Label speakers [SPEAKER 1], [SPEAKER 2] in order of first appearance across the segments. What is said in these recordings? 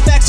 [SPEAKER 1] facts.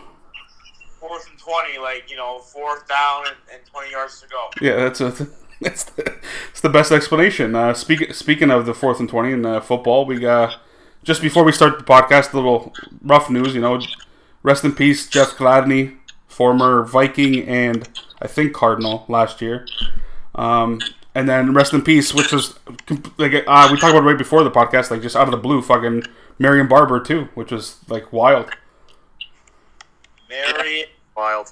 [SPEAKER 2] fourth and twenty, like you know, fourth down and, and twenty yards to go.
[SPEAKER 3] Yeah, that's a, that's the, it's the best explanation. Uh, speak, speaking of the fourth and twenty in uh, football, we uh, just before we start the podcast, a little rough news. You know, rest in peace, Jeff Gladney, former Viking and I think Cardinal last year. Um, and then rest in peace, which was comp- like uh, we talked about right before the podcast, like just out of the blue, fucking Marion Barber too, which was like wild.
[SPEAKER 2] Mary Wild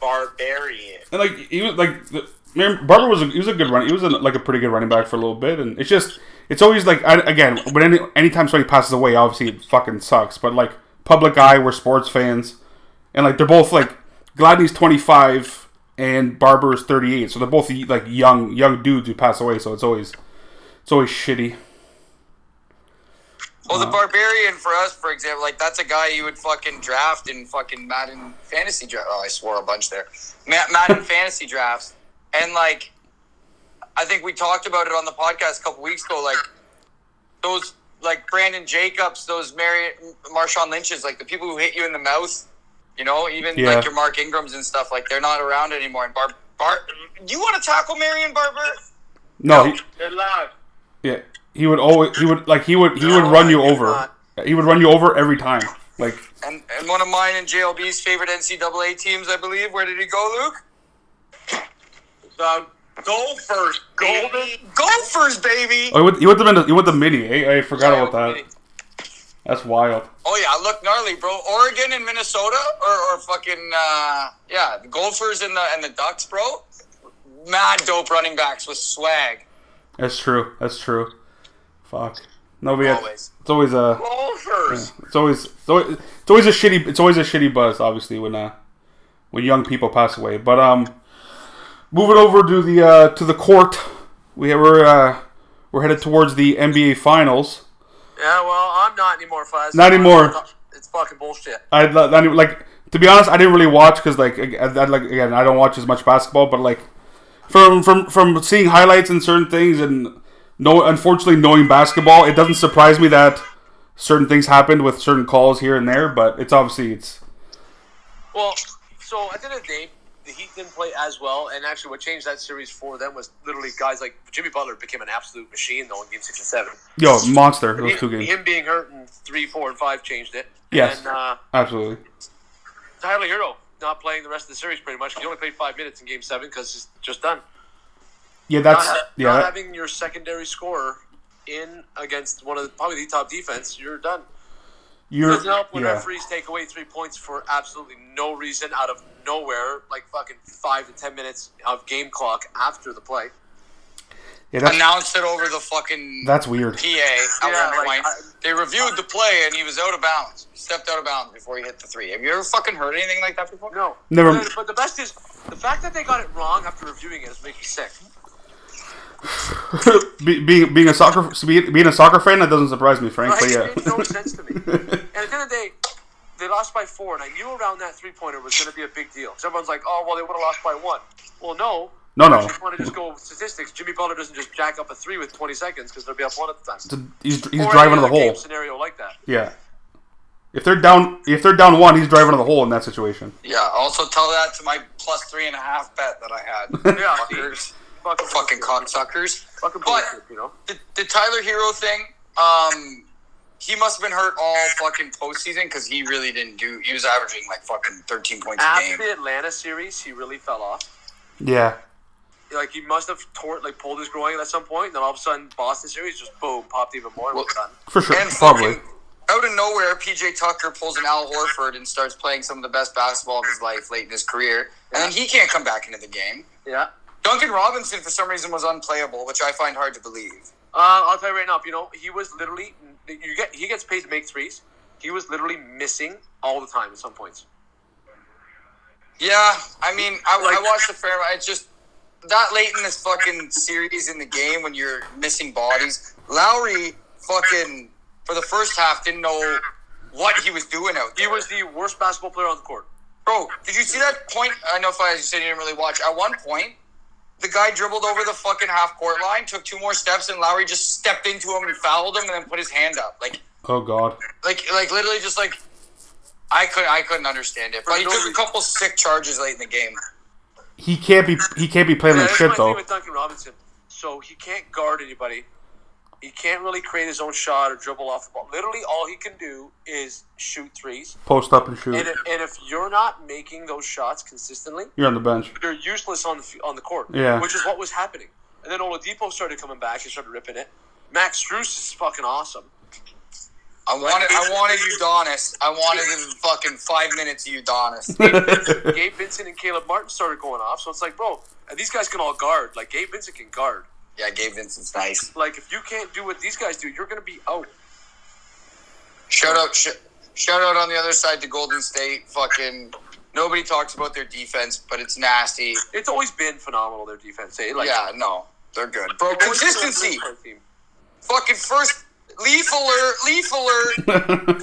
[SPEAKER 2] Barbarian.
[SPEAKER 3] And like he was like the, Mar- Barber was a, he was a good run. He was a, like a pretty good running back for a little bit, and it's just it's always like I, again when any anytime somebody passes away, obviously it fucking sucks. But like public eye, we're sports fans, and like they're both like Gladney's twenty five and Barber is thirty eight, so they're both like young young dudes who pass away. So it's always it's always shitty.
[SPEAKER 4] Well, the barbarian for us, for example, like that's a guy you would fucking draft in fucking Madden fantasy draft. Oh, I swore a bunch there. Ma- Madden fantasy drafts, and like, I think we talked about it on the podcast a couple weeks ago. Like those, like Brandon Jacobs, those Mary Marshawn Lynch's, like the people who hit you in the mouth. You know, even
[SPEAKER 3] Yeah.
[SPEAKER 4] like your Mark Ingrams and stuff. Like they're not around anymore. And Bar, Bar, you want to tackle Marion Barber?
[SPEAKER 3] No, he,
[SPEAKER 2] They're loud.
[SPEAKER 3] yeah, he would always he would like he would he would
[SPEAKER 4] No,
[SPEAKER 3] run you
[SPEAKER 4] you're
[SPEAKER 3] over.
[SPEAKER 4] not.
[SPEAKER 3] He would run you over every time. Like
[SPEAKER 4] And and one of mine and JLB's favorite NCAA teams, I believe. Where did he go, Luke?
[SPEAKER 2] The Gophers, Golden.
[SPEAKER 4] Gophers, baby.
[SPEAKER 3] oh, he went, he went them in the, he went the mini. eh? I forgot
[SPEAKER 4] Yeah,
[SPEAKER 3] about that.
[SPEAKER 4] mini.
[SPEAKER 3] That's wild.
[SPEAKER 4] Oh yeah, look gnarly, bro. Oregon and Minnesota, or, or fucking uh, yeah, the Gophers and the and the Ducks, bro. Mad dope running backs with swag.
[SPEAKER 3] That's true. That's true. Fuck. No, we have,
[SPEAKER 4] Always.
[SPEAKER 3] it's always a
[SPEAKER 2] Gophers.
[SPEAKER 3] it's always it's always it's always a shitty it's always a shitty buzz. Obviously, when uh when young people pass away. But um, moving over to the uh, to the court, we have, we're uh, we're headed towards the NBA finals.
[SPEAKER 5] Yeah, well, I'm not anymore, Fuzz.
[SPEAKER 3] Not anymore.
[SPEAKER 5] It's fucking bullshit.
[SPEAKER 3] I like to be honest, I didn't really watch because like I, I, like again, I don't watch as much basketball, but like from from from seeing highlights and certain things and no, unfortunately, knowing basketball, it doesn't surprise me that certain things happened with certain calls here and there. But it's obviously it's
[SPEAKER 5] Well, so at the end of the day, the Heat didn't play as well, and actually, what changed that series for them was literally guys like Jimmy Butler became an absolute machine though in Game Six and Seven.
[SPEAKER 3] yo monster those
[SPEAKER 5] Him-
[SPEAKER 3] two games,
[SPEAKER 5] Him being hurt in three, four, and five changed it.
[SPEAKER 3] Yes.
[SPEAKER 5] And uh,
[SPEAKER 3] absolutely.
[SPEAKER 5] Tyler Hero not playing the rest of the series pretty much. 'cause He only played five minutes in Game Seven because he's just done.
[SPEAKER 3] Yeah,
[SPEAKER 5] Not,
[SPEAKER 3] that's
[SPEAKER 5] ha-
[SPEAKER 3] yeah.
[SPEAKER 5] not
[SPEAKER 3] that-
[SPEAKER 5] having your secondary scorer in against one of the, probably the top defense, you're done.
[SPEAKER 3] You're
[SPEAKER 5] doesn't help when
[SPEAKER 3] yeah.
[SPEAKER 5] referees take away three points for absolutely no reason out of nowhere, like fucking five to ten minutes of game clock after the play.
[SPEAKER 3] Yeah, that's,
[SPEAKER 4] Announced it over the fucking
[SPEAKER 3] that's weird.
[SPEAKER 4] PA. out
[SPEAKER 5] Yeah,
[SPEAKER 4] there,
[SPEAKER 5] like,
[SPEAKER 4] Wayne.
[SPEAKER 5] I-
[SPEAKER 4] they reviewed the play and he was out of bounds. Stepped out of bounds before he hit the three. Have you ever fucking heard anything like that before?
[SPEAKER 5] No,
[SPEAKER 3] Never-
[SPEAKER 5] But, but the best is the fact that they got it wrong after reviewing it is making me sick.
[SPEAKER 3] Be, being being a soccer be- being a soccer fan, that doesn't surprise me,
[SPEAKER 5] Like,
[SPEAKER 3] frankly.
[SPEAKER 5] It made no
[SPEAKER 3] Yeah.
[SPEAKER 5] sense to me. And at the end of the day, they lost by four, and I knew around that three pointer was going to be a big deal. 'Cause everyone's like, "Oh, well, they would have lost by one." Well, no.
[SPEAKER 3] No, no.
[SPEAKER 5] If you want to just go with statistics, Jimmy Butler doesn't just jack up a three with 20 seconds because they'll be up one at the time.
[SPEAKER 3] he's he's
[SPEAKER 5] Or any
[SPEAKER 3] driving to the
[SPEAKER 5] other
[SPEAKER 3] hole.
[SPEAKER 5] game Scenario like that.
[SPEAKER 3] Yeah. If they're down, if they're down one, he's driving to the hole in that situation.
[SPEAKER 4] Yeah. Also tell that to my plus three and a half bet that I had.
[SPEAKER 5] Yeah,
[SPEAKER 4] Fuckers.
[SPEAKER 5] Fucking,
[SPEAKER 4] Fucking cocksuckers.
[SPEAKER 5] Fucking
[SPEAKER 4] But-
[SPEAKER 5] bullshit, you know.
[SPEAKER 4] the, the Tyler Hero thing, um, he must have been hurt all fucking postseason because he really didn't do. He was averaging like fucking thirteen points a game.
[SPEAKER 5] After the Atlanta series, he really fell off.
[SPEAKER 3] Yeah.
[SPEAKER 5] Like he must have tore, like pulled his groin at some point, and then all of a sudden, Boston series just boom popped even more. And
[SPEAKER 4] Well,
[SPEAKER 5] was done.
[SPEAKER 3] For sure.
[SPEAKER 4] And
[SPEAKER 3] Probably.
[SPEAKER 4] fucking out of nowhere, PJ Tucker pulls an Al Horford and starts playing some of the best basketball of his life late in his career, and then he can't come back into the game.
[SPEAKER 5] Yeah.
[SPEAKER 4] Duncan Robinson, for some reason, was unplayable, which I find hard to believe.
[SPEAKER 5] Uh, I'll tell you right now, you know, he was literally you get he gets paid to make threes. He was literally missing all the time at some points.
[SPEAKER 4] Yeah, I mean, I,
[SPEAKER 5] Like-
[SPEAKER 4] I watched a fair. It's just that late in this fucking series in the game when you're missing bodies. Lowry, fucking for the first half, didn't know what he was doing out
[SPEAKER 5] He
[SPEAKER 4] there.
[SPEAKER 5] was the worst basketball player on the court.
[SPEAKER 4] Bro, did you see that point? I know, Faz, you said you didn't really watch. At one point, the guy dribbled over the fucking half court line, took two more steps, and Lowry just stepped into him and fouled him, and then put his hand up. Like,
[SPEAKER 3] Oh God.
[SPEAKER 4] like, like, literally, just like I could, I couldn't understand it. But he
[SPEAKER 5] no
[SPEAKER 4] took a
[SPEAKER 5] reason.
[SPEAKER 4] couple sick charges late in the game.
[SPEAKER 3] He can't be. He can't be playing
[SPEAKER 5] Yeah,
[SPEAKER 3] like
[SPEAKER 5] that's
[SPEAKER 3] shit
[SPEAKER 5] my thing
[SPEAKER 3] though.
[SPEAKER 5] with Duncan Robinson. So he can't guard anybody. He can't really create his own shot or dribble off the ball. Literally, all he can do is shoot threes.
[SPEAKER 3] Post up and shoot.
[SPEAKER 5] And if, and if you're not making those shots consistently,
[SPEAKER 3] You're on the bench.
[SPEAKER 5] they're useless on the f- on the court.
[SPEAKER 3] Yeah.
[SPEAKER 5] which is what was happening. And then Oladipo started coming back and started ripping it. Max Struess is fucking awesome.
[SPEAKER 4] I wanted, I wanted Udonis. I wanted him fucking five minutes of Udonis.
[SPEAKER 5] Gabe Vincent and Caleb Martin started going off. So it's like, bro, and these guys can all guard. Like Gabe Vincent can guard.
[SPEAKER 4] yeah, Gabe Vincent's nice.
[SPEAKER 5] Like if you can't do what these guys do, you're gonna be out.
[SPEAKER 4] Shout out, sh- shout out on the other side to Golden State. Fucking nobody talks about their defense, but it's nasty.
[SPEAKER 5] It's always been phenomenal their defense. Eh? Like
[SPEAKER 4] yeah, no, they're good, bro.
[SPEAKER 5] always been a
[SPEAKER 4] Consistency,
[SPEAKER 5] great team.
[SPEAKER 4] fucking first leaf alert, leaf alert.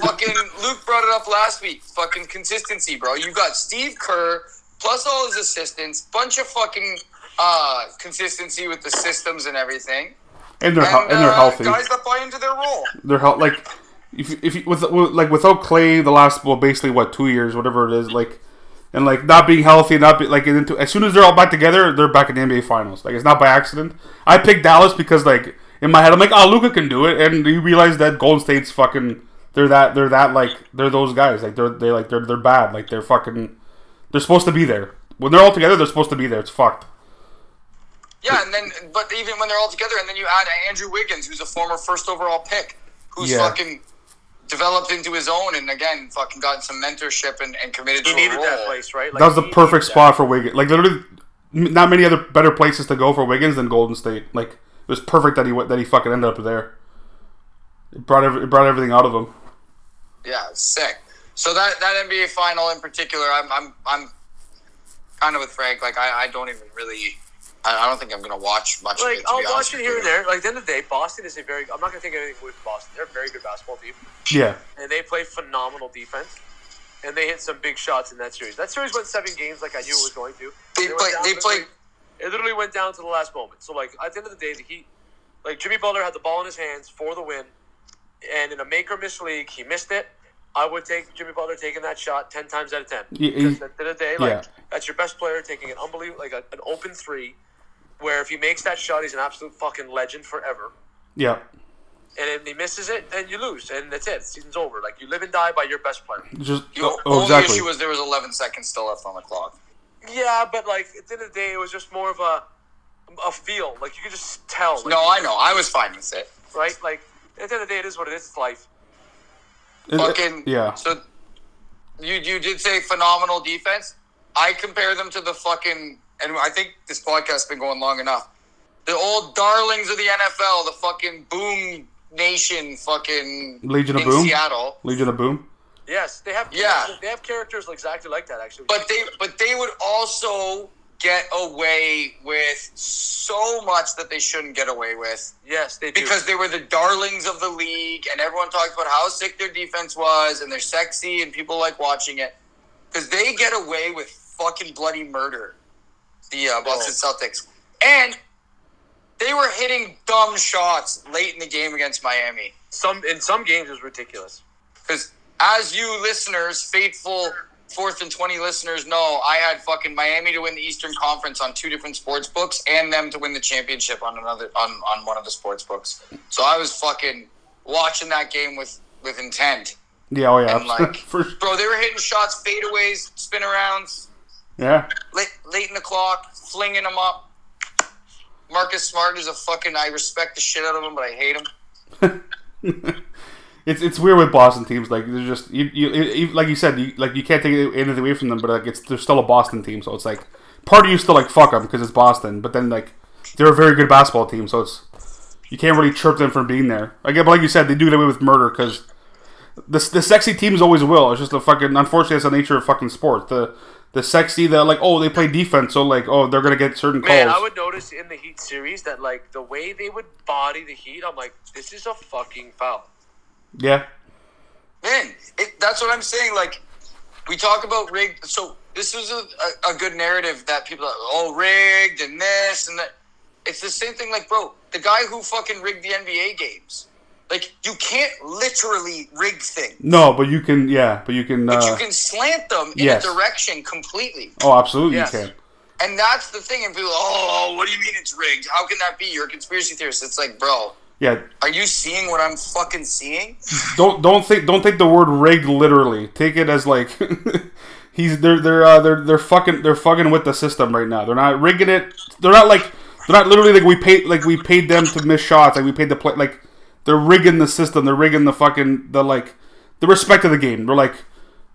[SPEAKER 4] fucking Luke brought it up last week. Fucking consistency, bro. You got Steve Kerr plus all his assistants, bunch of fucking uh, consistency with the systems and everything,
[SPEAKER 3] And they're hel-
[SPEAKER 4] and,
[SPEAKER 3] and they're
[SPEAKER 4] uh,
[SPEAKER 3] healthy.
[SPEAKER 4] guys that buy into their role.
[SPEAKER 3] They're hel- like if if you- with, with like without Clay the last well basically what two years whatever it is like and like not being healthy not be, like and into as soon as they're all back together they're back in the NBA finals like it's not by accident. I picked Dallas because like in my head I'm like oh Luca can do it and you realize that Golden State's fucking they're that they're that like they're those guys like they're they like they're they're bad like they're fucking they're supposed to be there when they're all together they're supposed to be there it's fucked.
[SPEAKER 4] Yeah, and then but even when they're all together, and then you add Andrew Wiggins, who's a former first overall pick, who's
[SPEAKER 3] Yeah.
[SPEAKER 4] fucking developed into his own, and again, fucking gotten some mentorship and, and committed to
[SPEAKER 5] He
[SPEAKER 4] a
[SPEAKER 5] needed
[SPEAKER 4] role.
[SPEAKER 5] that place, right? Like,
[SPEAKER 3] That was the
[SPEAKER 5] he
[SPEAKER 3] perfect
[SPEAKER 5] needed that.
[SPEAKER 3] spot for Wiggins. Like literally, m- not many other better places to go for Wiggins than Golden State. Like it was perfect that he went, that he fucking ended up there. It brought every, it brought everything out of him.
[SPEAKER 4] Yeah, sick. So that that NBA final in particular, I'm I'm I'm kind of with Frank. Like I, I don't even really, I, I don't think I'm gonna watch much of
[SPEAKER 5] Like
[SPEAKER 4] it. To
[SPEAKER 5] I'll
[SPEAKER 4] be honest
[SPEAKER 5] watch it
[SPEAKER 4] with
[SPEAKER 5] here
[SPEAKER 4] you.
[SPEAKER 5] and there. Like at the end of the day, Boston is a very. I'm not gonna take anything away from Boston. They're a very good basketball team,
[SPEAKER 3] Yeah,
[SPEAKER 5] and they play phenomenal defense. And they hit some big shots in that series. That series went seven games, like I knew it was going to.
[SPEAKER 4] They
[SPEAKER 5] went
[SPEAKER 4] play.
[SPEAKER 5] down
[SPEAKER 4] They play.
[SPEAKER 5] literally- It literally went down to the last moment. So like at the end of the day, the Heat, like Jimmy Butler had the ball in his hands for the win, and in a make or miss league, he missed it. I would take Jimmy Butler taking that shot ten times out of ten.
[SPEAKER 3] He- he-
[SPEAKER 5] Because at the end of the day, like
[SPEAKER 3] yeah.
[SPEAKER 5] that's your best player taking an unbelievable, like a, an open three, where if he makes that shot, he's an absolute fucking legend forever.
[SPEAKER 3] yeah,
[SPEAKER 5] And if he misses it, then you lose, and that's it. Season's over. Like you live and die by your best player.
[SPEAKER 3] just
[SPEAKER 4] The
[SPEAKER 3] oh,
[SPEAKER 4] only
[SPEAKER 3] exactly.
[SPEAKER 4] issue was there was 11 seconds still left on the clock.
[SPEAKER 5] Yeah, but like at the end of the day, it was just more of a a feel. Like you could just tell. Like,
[SPEAKER 4] No, I know. I was fine with it.
[SPEAKER 5] right? Like at the end of the day, it is what it is. It's life.
[SPEAKER 3] It- it-
[SPEAKER 4] fucking
[SPEAKER 3] yeah.
[SPEAKER 4] So you you did say phenomenal defense. I compare them to the fucking and I think this podcast's been going long enough. The old darlings of the NFL, the fucking Boom Nation, fucking
[SPEAKER 3] Legion of
[SPEAKER 4] in
[SPEAKER 3] Boom?
[SPEAKER 4] Seattle.
[SPEAKER 3] Legion of Boom.
[SPEAKER 5] Yes, they have.
[SPEAKER 4] Yeah.
[SPEAKER 5] they have characters exactly like that. Actually,
[SPEAKER 4] But they but they would also get away with so much that they shouldn't get away with.
[SPEAKER 5] yes, they do.
[SPEAKER 4] because they were the darlings of the league, and everyone talks about how sick their defense was, and they're sexy, and people like watching it. Because they get away with fucking bloody murder, the uh, Boston Celtics, and they were hitting dumb shots late in the game against Miami.
[SPEAKER 5] some in some games is ridiculous.
[SPEAKER 4] Because as you listeners, faithful fourth and twenty listeners know, I had fucking Miami to win the Eastern Conference on two different sports books, and them to win the championship on another on on one of the sports books. So I was fucking watching that game with with intent,
[SPEAKER 3] Yeah, oh yeah,
[SPEAKER 4] and like,
[SPEAKER 3] For-
[SPEAKER 4] bro, they were hitting shots, fadeaways, spin arounds,
[SPEAKER 3] yeah.
[SPEAKER 4] late, late in the clock, flinging them up. Marcus Smart is a fucking. I respect the shit out of him, but I hate him.
[SPEAKER 3] it's it's weird with Boston teams. Like they're just you, you, you like you said, you, like you can't take anything away from them, but like it's they're still a Boston team, so it's like part of you still like fuck them because it's Boston, but then like they're a very good basketball team, so it's you can't really chirp them for being there. Like but like you said, they do get away with murder because the the sexy teams always will. It's just the fucking unfortunately that's the nature of fucking sport. The the sexy that like oh they play defense, so like oh they're gonna get certain calls.
[SPEAKER 5] Man, I would notice in the Heat series that like the way they would body the Heat, I'm like, this is a fucking foul.
[SPEAKER 3] yeah,
[SPEAKER 4] Man, it, that's what I'm saying. Like, we talk about rigged. So this is a, a, a good narrative that people are all rigged and this and that. It's the same thing. Like, bro, the guy who fucking rigged the NBA games. Like, you can't literally rig things,
[SPEAKER 3] no, but you can yeah, but you can.
[SPEAKER 4] but
[SPEAKER 3] uh,
[SPEAKER 4] you can slant them in
[SPEAKER 3] yes.
[SPEAKER 4] a direction completely.
[SPEAKER 3] oh, absolutely
[SPEAKER 5] Yes.
[SPEAKER 3] you can.
[SPEAKER 4] And that's the thing. And people, oh, what do you mean it's rigged? How can that be? You're a conspiracy theorist. It's like, bro,
[SPEAKER 3] Yeah,
[SPEAKER 4] are you seeing what I'm fucking seeing?
[SPEAKER 3] don't don't think don't take the word rigged literally. Take it as like he's they're they're uh, they're they're fucking they're fucking with the system right now. They're not rigging it. They're not like they're not literally like we paid like we paid them to miss shots. Like we paid the play like they're rigging the system. They're rigging the fucking the like the respect of the game. They're like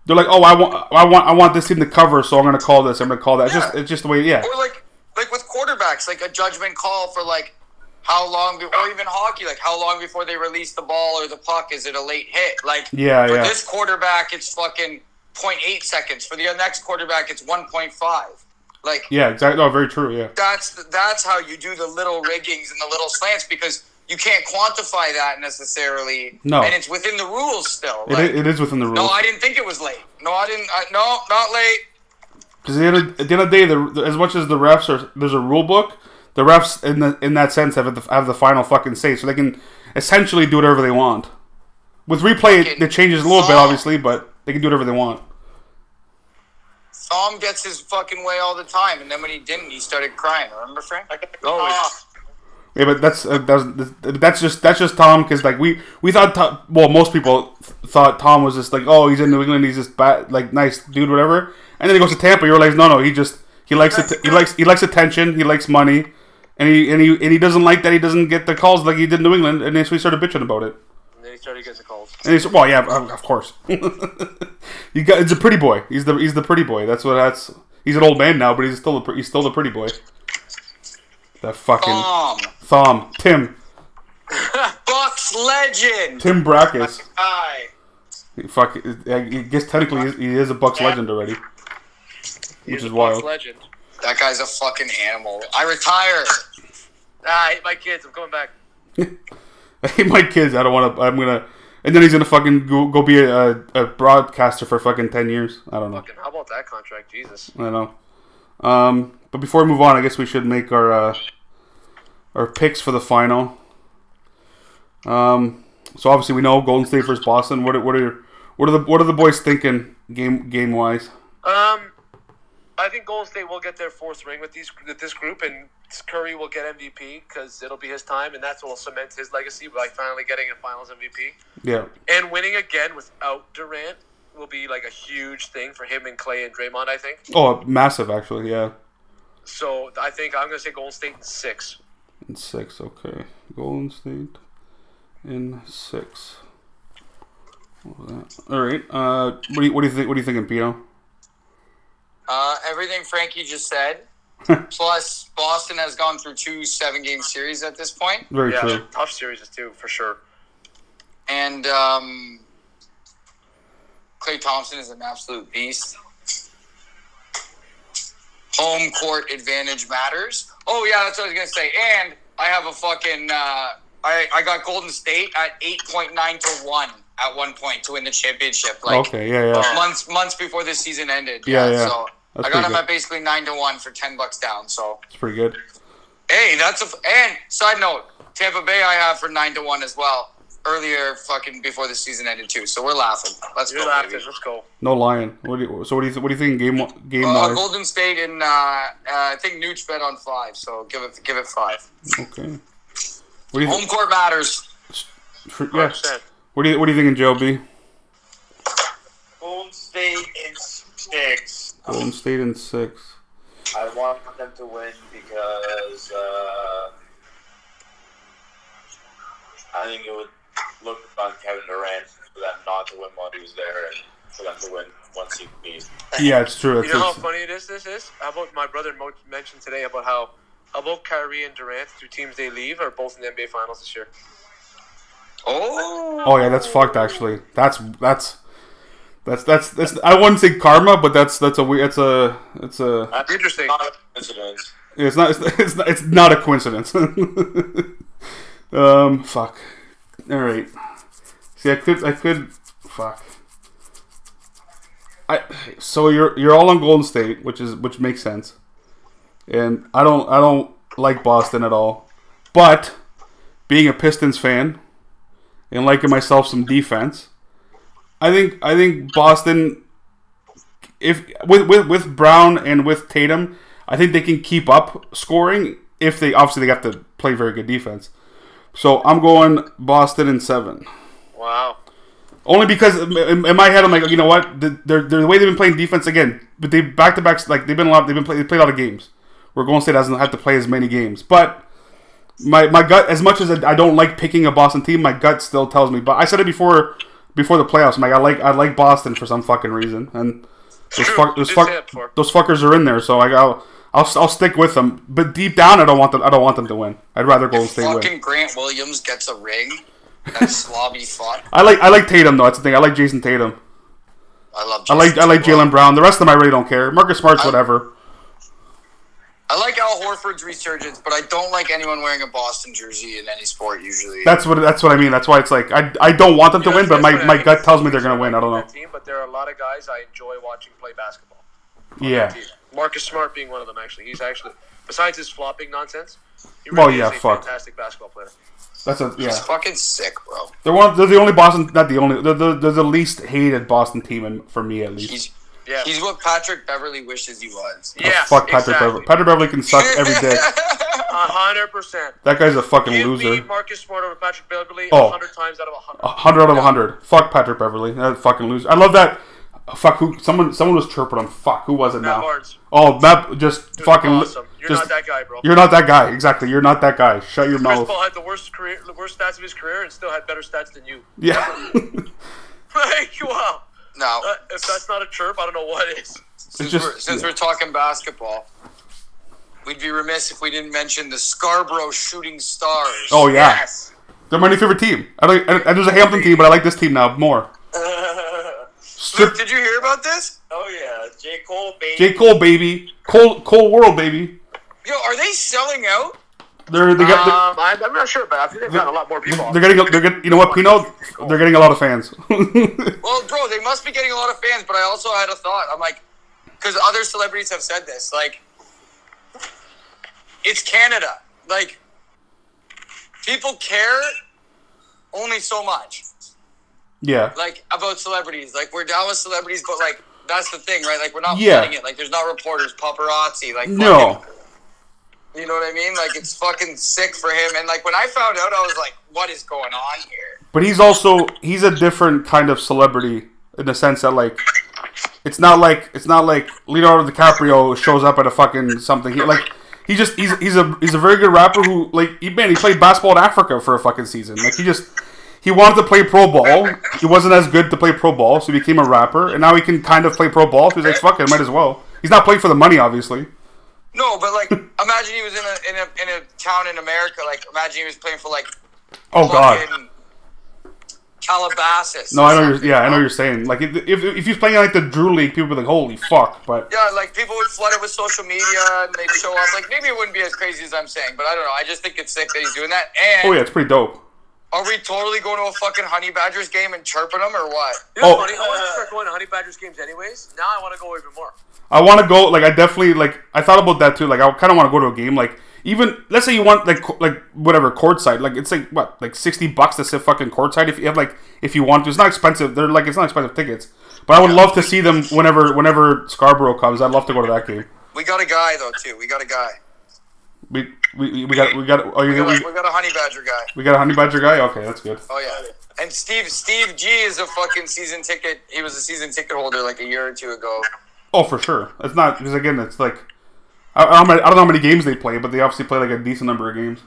[SPEAKER 3] they're like oh I want I want I want this team to cover so I'm gonna call this. I'm gonna call that. It's just
[SPEAKER 4] Yeah.
[SPEAKER 3] it's just the way yeah.
[SPEAKER 4] or like like with quarterbacks, like a judgment call for like how long, be- or even hockey, like how long before they release the ball or the puck is it a late hit? Like
[SPEAKER 3] Yeah,
[SPEAKER 4] for
[SPEAKER 3] yeah.
[SPEAKER 4] this quarterback, it's fucking 0.8 seconds. For the next quarterback, it's 1.5. Like
[SPEAKER 3] Yeah, exactly. Oh, very true. Yeah,
[SPEAKER 4] that's that's how you do the little riggings and the little slants because you can't quantify that necessarily.
[SPEAKER 3] No.
[SPEAKER 4] and it's within the rules still.
[SPEAKER 3] it,
[SPEAKER 4] Like,
[SPEAKER 3] i- it is within the rules.
[SPEAKER 4] no, I didn't think it was late. No, I didn't. I, no, not late.
[SPEAKER 3] Because at the end of- at the end of the day, the, the- as much as the refs are, there's a rule book. The refs, in the in that sense, have the, have the final fucking say, so they can essentially do whatever they want. With replay, it, it changes a little bit,
[SPEAKER 4] Fucking-
[SPEAKER 3] obviously, but they can do whatever they want.
[SPEAKER 4] Tom gets his fucking way all the time, and then when he didn't, he started crying. Remember, Frank?
[SPEAKER 2] Oh,
[SPEAKER 5] Always.
[SPEAKER 3] Yeah, but that's uh, that's that's just that's just Tom because like we we thought Tom, well most people th- thought Tom was just like oh he's in New England he's just bad like nice dude whatever and then he goes to Tampa you realize no no he just he likes it he likes he likes attention he likes money and he and he and he doesn't like that he doesn't get the calls like he did in New England and then so he started bitching about it
[SPEAKER 5] And then he started getting the calls.
[SPEAKER 3] and he's well yeah of of course he got it's a pretty boy he's the he's the pretty boy that's what that's he's an old man now but he's still a, pre- he's still the pretty boy that fucking
[SPEAKER 4] Tom,
[SPEAKER 3] Thom Tim.
[SPEAKER 4] Bucks legend.
[SPEAKER 3] Tim Brackus.
[SPEAKER 4] Hi.
[SPEAKER 3] Fuck, I guess technically he is a Bucks legend already, which is wild.
[SPEAKER 5] Legend.
[SPEAKER 4] That guy's a fucking animal. I retire.
[SPEAKER 5] Ah, I hate my kids. I'm coming back.
[SPEAKER 3] I hate my kids. I don't want to. I'm gonna, and then he's gonna fucking go, go be a, a, a broadcaster for fucking ten years. I don't know.
[SPEAKER 5] Fucking, how about that contract? Jesus.
[SPEAKER 3] I don't know. Um, but before we move on, I guess we should make our uh, our picks for the final. Um, so obviously we know Golden State versus Boston. What are, what are your, what are the what are the boys thinking game game wise?
[SPEAKER 5] Um, I think Golden State will get their fourth ring with these with this group, and Curry will get MVP because it'll be his time, and that's what will cement his legacy by finally getting a Finals MVP.
[SPEAKER 3] Yeah,
[SPEAKER 5] And winning again without Durant will be like a huge thing for him and Clay and Draymond. I think.
[SPEAKER 3] oh, massive actually. Yeah.
[SPEAKER 5] So I think I'm gonna say Golden State in six.
[SPEAKER 3] In six, okay. Golden State in six. What was that? All right. Uh, what do you what do you think? What are you thinking, Pino?
[SPEAKER 4] Uh, everything Frankie just said. Plus, Boston has gone through two seven-game series at this point,
[SPEAKER 3] Very
[SPEAKER 5] Yeah,
[SPEAKER 3] true. Oh,
[SPEAKER 5] tough series too for sure.
[SPEAKER 4] and um, Clay Thompson is an absolute beast. Home court advantage matters. Oh yeah, that's what I was gonna say. And I have a fucking uh, I I got Golden State at eight point nine to one at one point to win the championship. Like uh,
[SPEAKER 3] okay. Yeah. Yeah.
[SPEAKER 4] months months before this season ended.
[SPEAKER 3] Yeah, yeah.
[SPEAKER 4] So
[SPEAKER 3] That's
[SPEAKER 4] I got
[SPEAKER 3] pretty
[SPEAKER 4] him
[SPEAKER 3] good.
[SPEAKER 4] at basically nine to one for ten bucks down. So
[SPEAKER 3] It's pretty good.
[SPEAKER 4] hey, that's a f- and side note, Tampa Bay I have for nine to one as well. Earlier, fucking before the season ended too. So we're laughing. Let's
[SPEAKER 5] You're
[SPEAKER 4] go.
[SPEAKER 5] laughing.
[SPEAKER 4] baby. Uh,
[SPEAKER 5] Let's go.
[SPEAKER 3] No lying. What do you, so what do you th- what do you think game wa- game
[SPEAKER 4] Uh,
[SPEAKER 3] wise?
[SPEAKER 4] Golden State and uh, uh, I think Nooch bet on five. So give it give it five.
[SPEAKER 3] Okay. What do you
[SPEAKER 4] Home
[SPEAKER 3] think?
[SPEAKER 4] court matters.
[SPEAKER 3] Yeah.
[SPEAKER 5] 100%.
[SPEAKER 3] What do you what do you thinking, Joe B?
[SPEAKER 2] Golden State in six.
[SPEAKER 3] Golden State in six.
[SPEAKER 2] I want them to win because uh, I think it would look on Kevin Durant for them not to win while he was there and for them to win once he leaves.
[SPEAKER 3] Yeah, it's true. It's,
[SPEAKER 5] You know how
[SPEAKER 3] it's,
[SPEAKER 5] funny it is. This is how about my brother Mo mentioned today about how how about Kyrie and Durant, two teams they leave, are both in the NBA Finals this year.
[SPEAKER 4] Oh,
[SPEAKER 3] oh yeah, that's fucked. Actually, that's that's that's that's that's. I wouldn't say karma, but that's that's a we. It's a it's a.
[SPEAKER 2] That's
[SPEAKER 5] Interesting.
[SPEAKER 2] Not a coincidence.
[SPEAKER 3] It's not it's it's not, it's not a coincidence. um, fuck. All right. See, I could I could fuck. I so you're you're all on Golden State, which is which makes sense. And I don't I don't like Boston at all, but being a Pistons fan and liking myself some defense, I think I think Boston if with with, with Brown and with Tatum, I think they can keep up scoring if they obviously they have to play very good defense. So I'm going Boston in seven.
[SPEAKER 5] Wow.
[SPEAKER 3] Only because in in my head I'm like, you know what? The, they're, they're the way they've been playing defense again, but they back to backs like they've been a lot. They've been play, they played a lot of games. Where Golden State doesn't have to play as many games. But my my gut, as much as I, I don't like picking a Boston team, my gut still tells me. But I said it before before the playoffs. I'm like, I like I like Boston for some fucking reason, and those
[SPEAKER 5] true.
[SPEAKER 3] fuck,
[SPEAKER 5] You
[SPEAKER 3] those,
[SPEAKER 5] did say it
[SPEAKER 3] fuck,
[SPEAKER 5] before.
[SPEAKER 3] those fuckers are in there. So I I'll, I'll I'll stick with them. But deep down, I don't want them. I don't want them to win. I'd rather Golden State win.
[SPEAKER 4] fucking Grant Williams gets a ring. That slobby fuck.
[SPEAKER 3] I like I like Tatum though. That's the thing. I like Jason Tatum.
[SPEAKER 4] I love.
[SPEAKER 3] I like I like
[SPEAKER 4] Tatum.
[SPEAKER 3] Jalen Brown. The rest of them I really don't care. Marcus Smart's whatever.
[SPEAKER 4] I like Al Horford's resurgence, but I don't like anyone wearing a Boston jersey in any sport usually.
[SPEAKER 3] That's what that's what I mean. That's why it's like I, I don't want them to
[SPEAKER 5] You know,
[SPEAKER 3] win, but
[SPEAKER 5] that's
[SPEAKER 3] my,
[SPEAKER 5] what I
[SPEAKER 3] my
[SPEAKER 5] mean.
[SPEAKER 3] gut tells me they're gonna win. I don't know.
[SPEAKER 5] That Team, but there are a lot of guys I enjoy watching play basketball.
[SPEAKER 3] Yeah.
[SPEAKER 5] Marcus Smart being one of them. Actually, he's actually besides his flopping nonsense. He
[SPEAKER 3] Well,
[SPEAKER 5] really
[SPEAKER 3] Oh, yeah,
[SPEAKER 5] is a
[SPEAKER 3] fuck.
[SPEAKER 5] fantastic basketball player.
[SPEAKER 3] That's a yeah.
[SPEAKER 4] It's fucking sick, bro.
[SPEAKER 3] They're one. They're the only Boston. Not the only. They're the, they're the least hated Boston team, and for me at least.
[SPEAKER 4] He's
[SPEAKER 5] Yeah.
[SPEAKER 4] he's what Patrick Beverly wishes he was.
[SPEAKER 5] yeah.
[SPEAKER 3] Fuck Patrick Beverly. Patrick Beverly can suck every day.
[SPEAKER 5] hundred percent.
[SPEAKER 3] That guy's a fucking
[SPEAKER 5] Give me
[SPEAKER 3] loser.
[SPEAKER 5] Marcus Smart over Patrick Beverly
[SPEAKER 3] Oh.
[SPEAKER 5] hundred times out of hundred.
[SPEAKER 3] A hundred out of a hundred. Fuck Patrick Beverly. That fucking loser. I love that. Fuck who? Someone someone was chirping him. Fuck who was it now?
[SPEAKER 5] Barnes.
[SPEAKER 3] Oh, Matt just
[SPEAKER 5] Dude,
[SPEAKER 3] fucking.
[SPEAKER 5] awesome. You're
[SPEAKER 3] just-
[SPEAKER 5] not that guy, bro.
[SPEAKER 3] You're not that guy. Exactly. You're not that guy. Shut your
[SPEAKER 5] Chris
[SPEAKER 3] mouth.
[SPEAKER 5] Paul had the worst career, the worst stats of his career, and still had better stats than you.
[SPEAKER 3] Yeah.
[SPEAKER 5] Like, wow.
[SPEAKER 4] no.
[SPEAKER 5] Uh, if that's not a chirp, I don't know what is.
[SPEAKER 4] Since,
[SPEAKER 3] just-
[SPEAKER 4] we're, since
[SPEAKER 3] yeah.
[SPEAKER 4] we're talking basketball, we'd be remiss if we didn't mention the Scarborough Shooting Stars.
[SPEAKER 3] Oh, yeah. They're my new favorite team. I like. I, I, there's a Hampton team, but I like this team now more.
[SPEAKER 4] Luke,
[SPEAKER 3] Strip
[SPEAKER 4] did you hear about this?
[SPEAKER 2] Oh yeah, J Cole, baby.
[SPEAKER 3] J Cole, baby. Cole Cole World, baby.
[SPEAKER 4] Yo, are they selling out?
[SPEAKER 3] They're they got.
[SPEAKER 2] Um,
[SPEAKER 3] They're,
[SPEAKER 5] I, am not sure, but I think they've got a lot more
[SPEAKER 4] Ah.
[SPEAKER 5] people.
[SPEAKER 3] they're getting, they're getting, you know what, Pino? They're getting a lot of fans.
[SPEAKER 4] Well, bro, they must be getting a lot of fans, but I also had a thought. I'm like, because other celebrities have said this. Like, it's Canada. Like, people care only so much,
[SPEAKER 3] yeah,
[SPEAKER 4] like, about celebrities. Like, we're down with celebrities, but, like, that's the thing, right? Like, we're not
[SPEAKER 3] Yeah.
[SPEAKER 4] flooding it. Like, there's not reporters, paparazzi. Like,
[SPEAKER 3] no,
[SPEAKER 4] fucking- You know what I mean? Like, it's fucking sick for him. And, like, when I found out, I was like, what is going on here?
[SPEAKER 3] but he's also he's a different kind of celebrity in the sense that like it's not like it's not like Leonardo DiCaprio shows up at a fucking something. He, like he just he's he's a he's a very good rapper who like he, man he played basketball in Africa for a fucking season. Like he just he wanted to play pro ball. He wasn't as good to play pro ball, so he became a rapper, and now he can kind of play pro ball. So he's like fuck it, might as well. He's not playing for the money, obviously.
[SPEAKER 4] No, but, like, imagine he was in a, in a, in a town in America. Like, imagine he was playing for, like,
[SPEAKER 3] Oh god.
[SPEAKER 4] fucking Calabasas.
[SPEAKER 3] No,
[SPEAKER 4] or
[SPEAKER 3] I know. You're,
[SPEAKER 4] something,
[SPEAKER 3] yeah, I know
[SPEAKER 4] bro.
[SPEAKER 3] you're saying. Like, if if, if he's playing like the Drew League, people would be like, "Holy fuck!" But
[SPEAKER 4] Yeah, like people would flood it with social media and they'd show up. Like maybe it wouldn't be as crazy as I'm saying, but I don't know. I just think it's sick that he's doing that. And
[SPEAKER 3] oh yeah, it's pretty dope.
[SPEAKER 4] are we totally going to a fucking Honey Badgers game and chirping them or what?
[SPEAKER 5] You know
[SPEAKER 3] Oh.
[SPEAKER 5] what's funny? I want to start going to Honey Badgers games anyways. Now I want to go even more.
[SPEAKER 3] I want to go. Like, I definitely like. I thought about that too. Like, I kind of want to go to a game. Like, even let's say you want like co- like whatever courtside. Like, it's like what like sixty bucks to sit fucking courtside if you have like if you want to. It's not expensive. They're like it's not expensive tickets. But I would love to see them whenever whenever Scarborough comes. I'd love to go to that game.
[SPEAKER 4] We got a guy though too. We got a guy.
[SPEAKER 3] We we, we got we got oh you
[SPEAKER 4] We got a,
[SPEAKER 3] we,
[SPEAKER 4] we got a Honey Badger guy.
[SPEAKER 3] we got a honey badger guy. Okay, that's good.
[SPEAKER 4] Oh yeah. And Steve Steve G is a fucking season ticket. He was a season ticket holder like a year or two ago.
[SPEAKER 3] Oh, for sure. It's not because again, it's like I, I don't know how many games they play, but they obviously play like a decent number of games.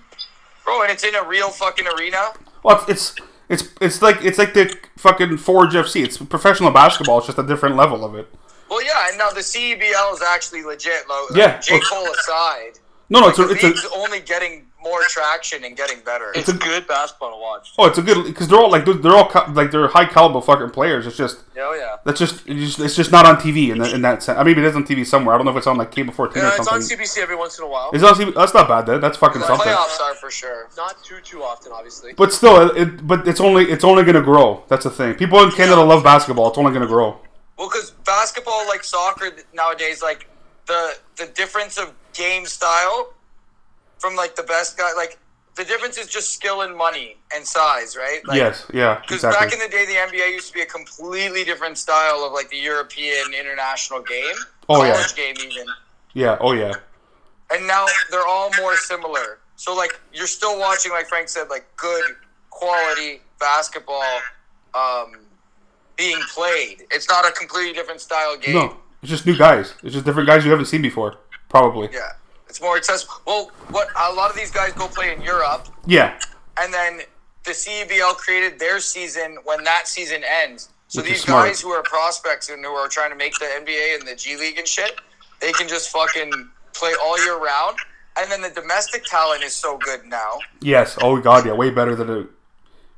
[SPEAKER 4] Bro, and it's in a real fucking arena.
[SPEAKER 3] Well, it's it's, It's it's like it's like the fucking Forge FC. It's professional basketball. It's just a different level of it.
[SPEAKER 4] Well, yeah, and now the CBL is actually legit. Lo-
[SPEAKER 3] Yeah.
[SPEAKER 4] J. Cole aside,
[SPEAKER 3] No, no, it's
[SPEAKER 4] the
[SPEAKER 3] a, it's a
[SPEAKER 4] league's only getting more traction and getting better.
[SPEAKER 5] It's a good basketball to watch.
[SPEAKER 3] oh, it's a good because they're all like they're all co- like they're high caliber fucking players. It's just
[SPEAKER 5] Oh yeah.
[SPEAKER 3] that's just it's just, it's just not on TV in that, in that sense. I mean, it is on TV somewhere. I don't know if it's on like cable fourteen
[SPEAKER 5] Yeah,
[SPEAKER 3] or
[SPEAKER 5] Uh, it's on
[SPEAKER 3] something.
[SPEAKER 5] CBC every once in a while.
[SPEAKER 3] It's on CB- that's not bad. That that's fucking
[SPEAKER 4] the
[SPEAKER 3] something.
[SPEAKER 4] playoffs are for sure.
[SPEAKER 5] Not too too often, obviously.
[SPEAKER 3] But still, it, it but it's only it's only gonna grow. That's the thing. People in Canada love basketball. It's only gonna grow.
[SPEAKER 4] Well, because basketball, like soccer th- nowadays, like the the difference of game style from like the best guy, like the difference is just skill and money and size, right? Like,
[SPEAKER 3] yes, yeah,
[SPEAKER 4] Because
[SPEAKER 3] exactly.
[SPEAKER 4] back in the day, the NBA used to be a completely different style of like the European international game,
[SPEAKER 3] Oh, yeah.
[SPEAKER 4] college game even,
[SPEAKER 3] yeah, oh yeah,
[SPEAKER 4] and now they're all more similar. So like you're still watching, like Frank said, like good quality basketball um, being played. It's not a completely different style game.
[SPEAKER 3] no, it's just new guys. It's just different guys you haven't seen before, probably. Yeah,
[SPEAKER 4] Yeah, it's more accessible. Well, what a lot of these guys go play in Europe, and then the CBL created their season when that season ends. So
[SPEAKER 3] Which is
[SPEAKER 4] these
[SPEAKER 3] smart.
[SPEAKER 4] guys who are prospects and who are trying to make the NBA and the G League and shit, they can just fucking play all year round. And then the domestic talent is so good now.
[SPEAKER 3] yes. Oh god, yeah, way better than it.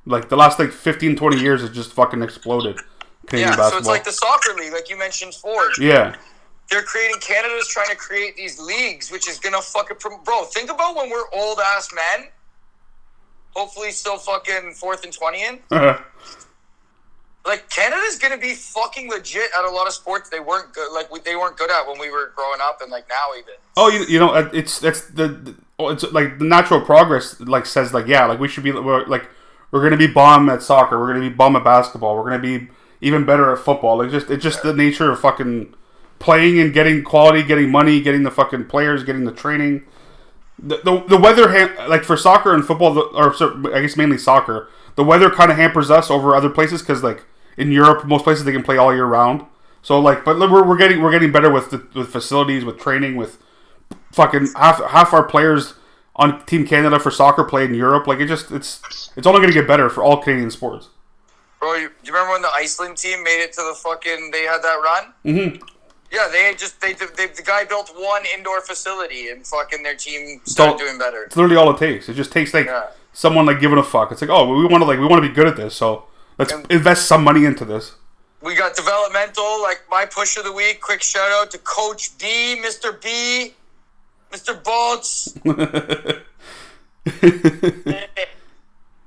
[SPEAKER 3] Like the last like 15, 20 years has just fucking exploded. Canadian
[SPEAKER 4] Yeah,
[SPEAKER 3] basketball.
[SPEAKER 4] so it's like the soccer league, like you mentioned, Forge.
[SPEAKER 3] yeah,
[SPEAKER 4] They're creating Canada's trying to create these leagues, which is gonna fucking prom- bro. Think about when we're old ass men, hopefully still fucking fourth and twentieth. like Canada's gonna be fucking legit at a lot of sports they weren't good like we, they weren't good at when we were growing up and like now even
[SPEAKER 3] Oh, you, you know, uh, it's that's the, the oh, it's like the natural progress like says like yeah, like we should be we're, like we're gonna be bomb at soccer, we're gonna be bomb at basketball, we're gonna be even better at football. Like just it's just the nature of fucking playing and getting quality, getting money, getting the fucking players, getting the training. The the, the weather ha- like for soccer and football, the, or so, I guess mainly soccer, the weather kind of hampers us over other places because like in Europe, most places they can play all year round. So like, but we're, we're getting we're getting better with the, with facilities, with training, with fucking half half our players on Team Canada for soccer play in Europe. Like it just it's it's only gonna get better for all Canadian sports.
[SPEAKER 4] bro you, do you remember when the Iceland team made it to the fucking they had that run mm-hmm. yeah they had just they, they the guy built one indoor facility and fucking their team started
[SPEAKER 3] So-
[SPEAKER 4] doing better
[SPEAKER 3] It's literally all it takes. It just takes like
[SPEAKER 4] Yeah.
[SPEAKER 3] someone like giving a fuck. It's like oh we want to like we want to be good at this, so let's invest some money into this.
[SPEAKER 4] we got developmental like my push of the week quick shout out to coach B Mr. B Mr. Bolts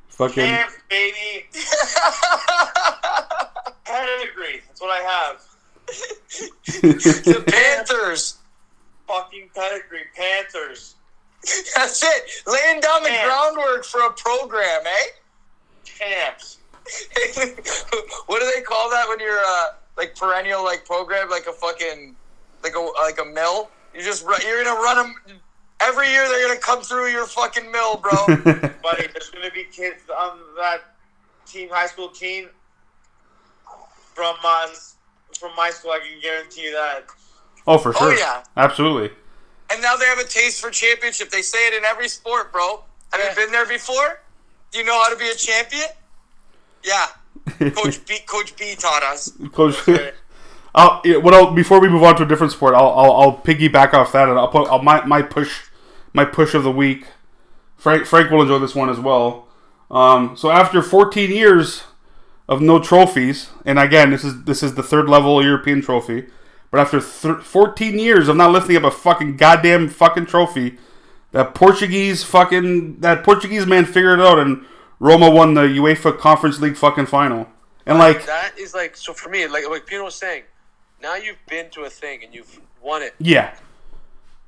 [SPEAKER 3] Fucking
[SPEAKER 2] Damn, baby. Pedigree. That's what I have.
[SPEAKER 4] the Panthers
[SPEAKER 2] Fucking pedigree. Panthers.
[SPEAKER 4] that's it laying down the
[SPEAKER 2] Yeah.
[SPEAKER 4] groundwork for a program eh
[SPEAKER 2] Champs.
[SPEAKER 4] what do they call that when you're uh, like perennial like program like a fucking like a like a mill? You just ru- you're gonna run them every year. They're gonna come through your fucking mill, bro.
[SPEAKER 2] Buddy, there's going to be kids on that team, high school team, from uh, from my school. I can guarantee you that.
[SPEAKER 3] oh for sure,
[SPEAKER 4] yeah.
[SPEAKER 3] absolutely.
[SPEAKER 4] and now they have a taste for championship. They say it in every sport, bro. Have you been there before? Do you know how to be a champion? Yeah, Coach B. Coach B taught us.
[SPEAKER 3] Coach. I'll, yeah, what I'll, before we move on to a different sport, I'll, I'll, I'll piggyback off that and I'll put I'll, my, my push my push of the week. Frank Frank will enjoy this one as well. Um, so after 14 years of no trophies, and again this is this is the third level European trophy, but after thir 14 years of not lifting up a fucking goddamn fucking trophy, that Portuguese fucking that Portuguese man figured it out and Roma won the UEFA Conference League fucking final. And like
[SPEAKER 5] That is like so for me, like like Pino was saying, now you've been to a thing and you've won it.
[SPEAKER 3] yeah.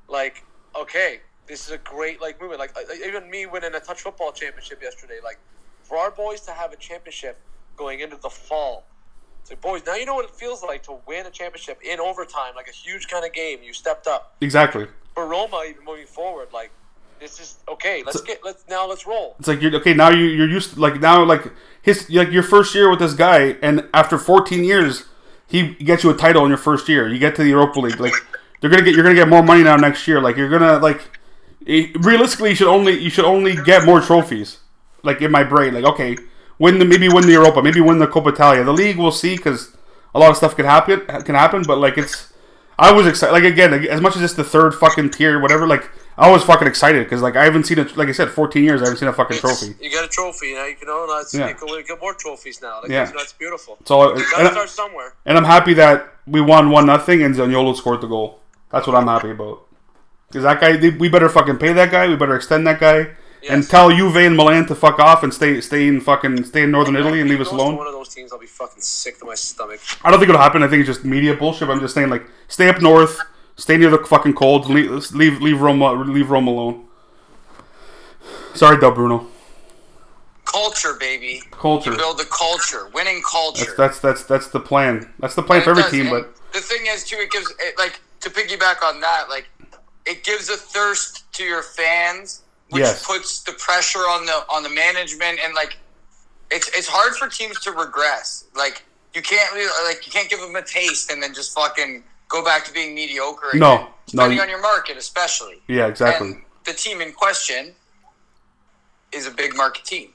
[SPEAKER 5] Like, okay, this is a great like movement. Like uh, even me winning a touch football championship yesterday. Like for our boys to have a championship going into the fall. It's like boys, now you know what it feels like to win a championship in overtime, like a huge kind of game. You stepped up.
[SPEAKER 3] Exactly.
[SPEAKER 5] for Roma even moving forward, like this is okay. Let's get let's now let's roll.
[SPEAKER 3] It's like you're okay now. You you're used to, like now like his like your first year with this guy, and after 14 years, he gets you a title in your first year. You get to the Europa League. Like they're gonna get you're gonna get more money now next year. Like you're gonna like eh, realistically, you should only you should only get more trophies. Like in my brain, like okay, win the maybe win the Europa, maybe win the Coppa Italia. The league we'll see because a lot of stuff could happen can happen. But like it's, I was excited. Like again, like, as much as it's the third fucking tier, whatever. Like I was fucking excited because like I haven't seen it. Like I said, 14 years I haven't seen a fucking trophy.
[SPEAKER 5] You got a trophy now. You can own us.
[SPEAKER 3] Yeah.
[SPEAKER 5] You can get more trophies now. Like,
[SPEAKER 3] Yeah.
[SPEAKER 5] that's, that's beautiful.
[SPEAKER 3] It's all.
[SPEAKER 5] You gotta
[SPEAKER 3] and-
[SPEAKER 5] start somewhere.
[SPEAKER 3] And I'm happy that we won one nothing and Zaniolo scored the goal. That's what I'm happy about. Because that guy, they, we better fucking pay that guy. We better extend that guy and
[SPEAKER 5] Yes.
[SPEAKER 3] tell Juve and Milan to fuck off and stay, stay in fucking, stay in northern Italy and leave us
[SPEAKER 5] Goes to One
[SPEAKER 3] alone.
[SPEAKER 5] of those teams, I'll be fucking sick to my stomach.
[SPEAKER 3] I don't think it'll happen. I think it's just media bullshit. but I'm just saying, like, stay up north, stay near the fucking cold, leave, leave, leave Rome, leave Rome alone. Sorry, Del Bruno.
[SPEAKER 4] Culture, baby.
[SPEAKER 3] Culture.
[SPEAKER 4] Build the culture. Winning culture.
[SPEAKER 3] That's that's that's that's the plan. That's the plan for every
[SPEAKER 4] It does,
[SPEAKER 3] team.
[SPEAKER 4] and
[SPEAKER 3] But
[SPEAKER 4] the thing is, too, it gives it, like to piggyback on that, like it gives a thirst to your fans, which
[SPEAKER 3] Yes.
[SPEAKER 4] puts the pressure on the on the management, and like it's it's hard for teams to regress. Like you can't really, like you can't give them a taste and then just fucking go back to being mediocre.
[SPEAKER 3] No,
[SPEAKER 4] again,
[SPEAKER 3] no,
[SPEAKER 4] depending
[SPEAKER 3] you-
[SPEAKER 4] on your market, especially.
[SPEAKER 3] yeah, exactly.
[SPEAKER 4] And the team in question is a big market team.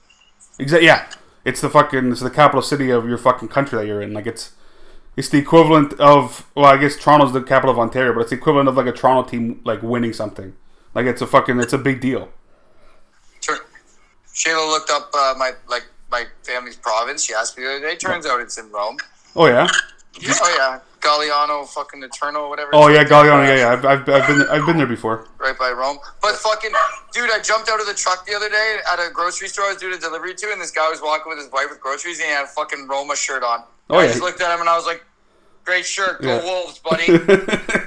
[SPEAKER 3] Exactly. Yeah, it's the fucking it's the capital city of your fucking country that you're in. Like it's it's the equivalent of well, I guess Toronto's the capital of Ontario, but it's the equivalent of like a Toronto team like winning something. Like it's a fucking it's a big deal.
[SPEAKER 4] Turn, Shayla looked up uh, my like my family's province. She asked me the other day. Turns out it's in Rome.
[SPEAKER 3] Oh yeah.
[SPEAKER 4] Oh yeah, Galliano, fucking Eternal, whatever.
[SPEAKER 3] Oh yeah, Galliano. Yeah, yeah. I've, I've, I've been I've been there before.
[SPEAKER 4] Right by Rome, but fucking dude, I jumped out of the truck the other day at a grocery store I was doing a delivery to, and this guy was walking with his wife with groceries, and he had a fucking Roma shirt on.
[SPEAKER 3] Oh,
[SPEAKER 4] I
[SPEAKER 3] yeah.
[SPEAKER 4] just looked at him and I was like, "Great shirt, go
[SPEAKER 3] Yeah.
[SPEAKER 4] Wolves, buddy." and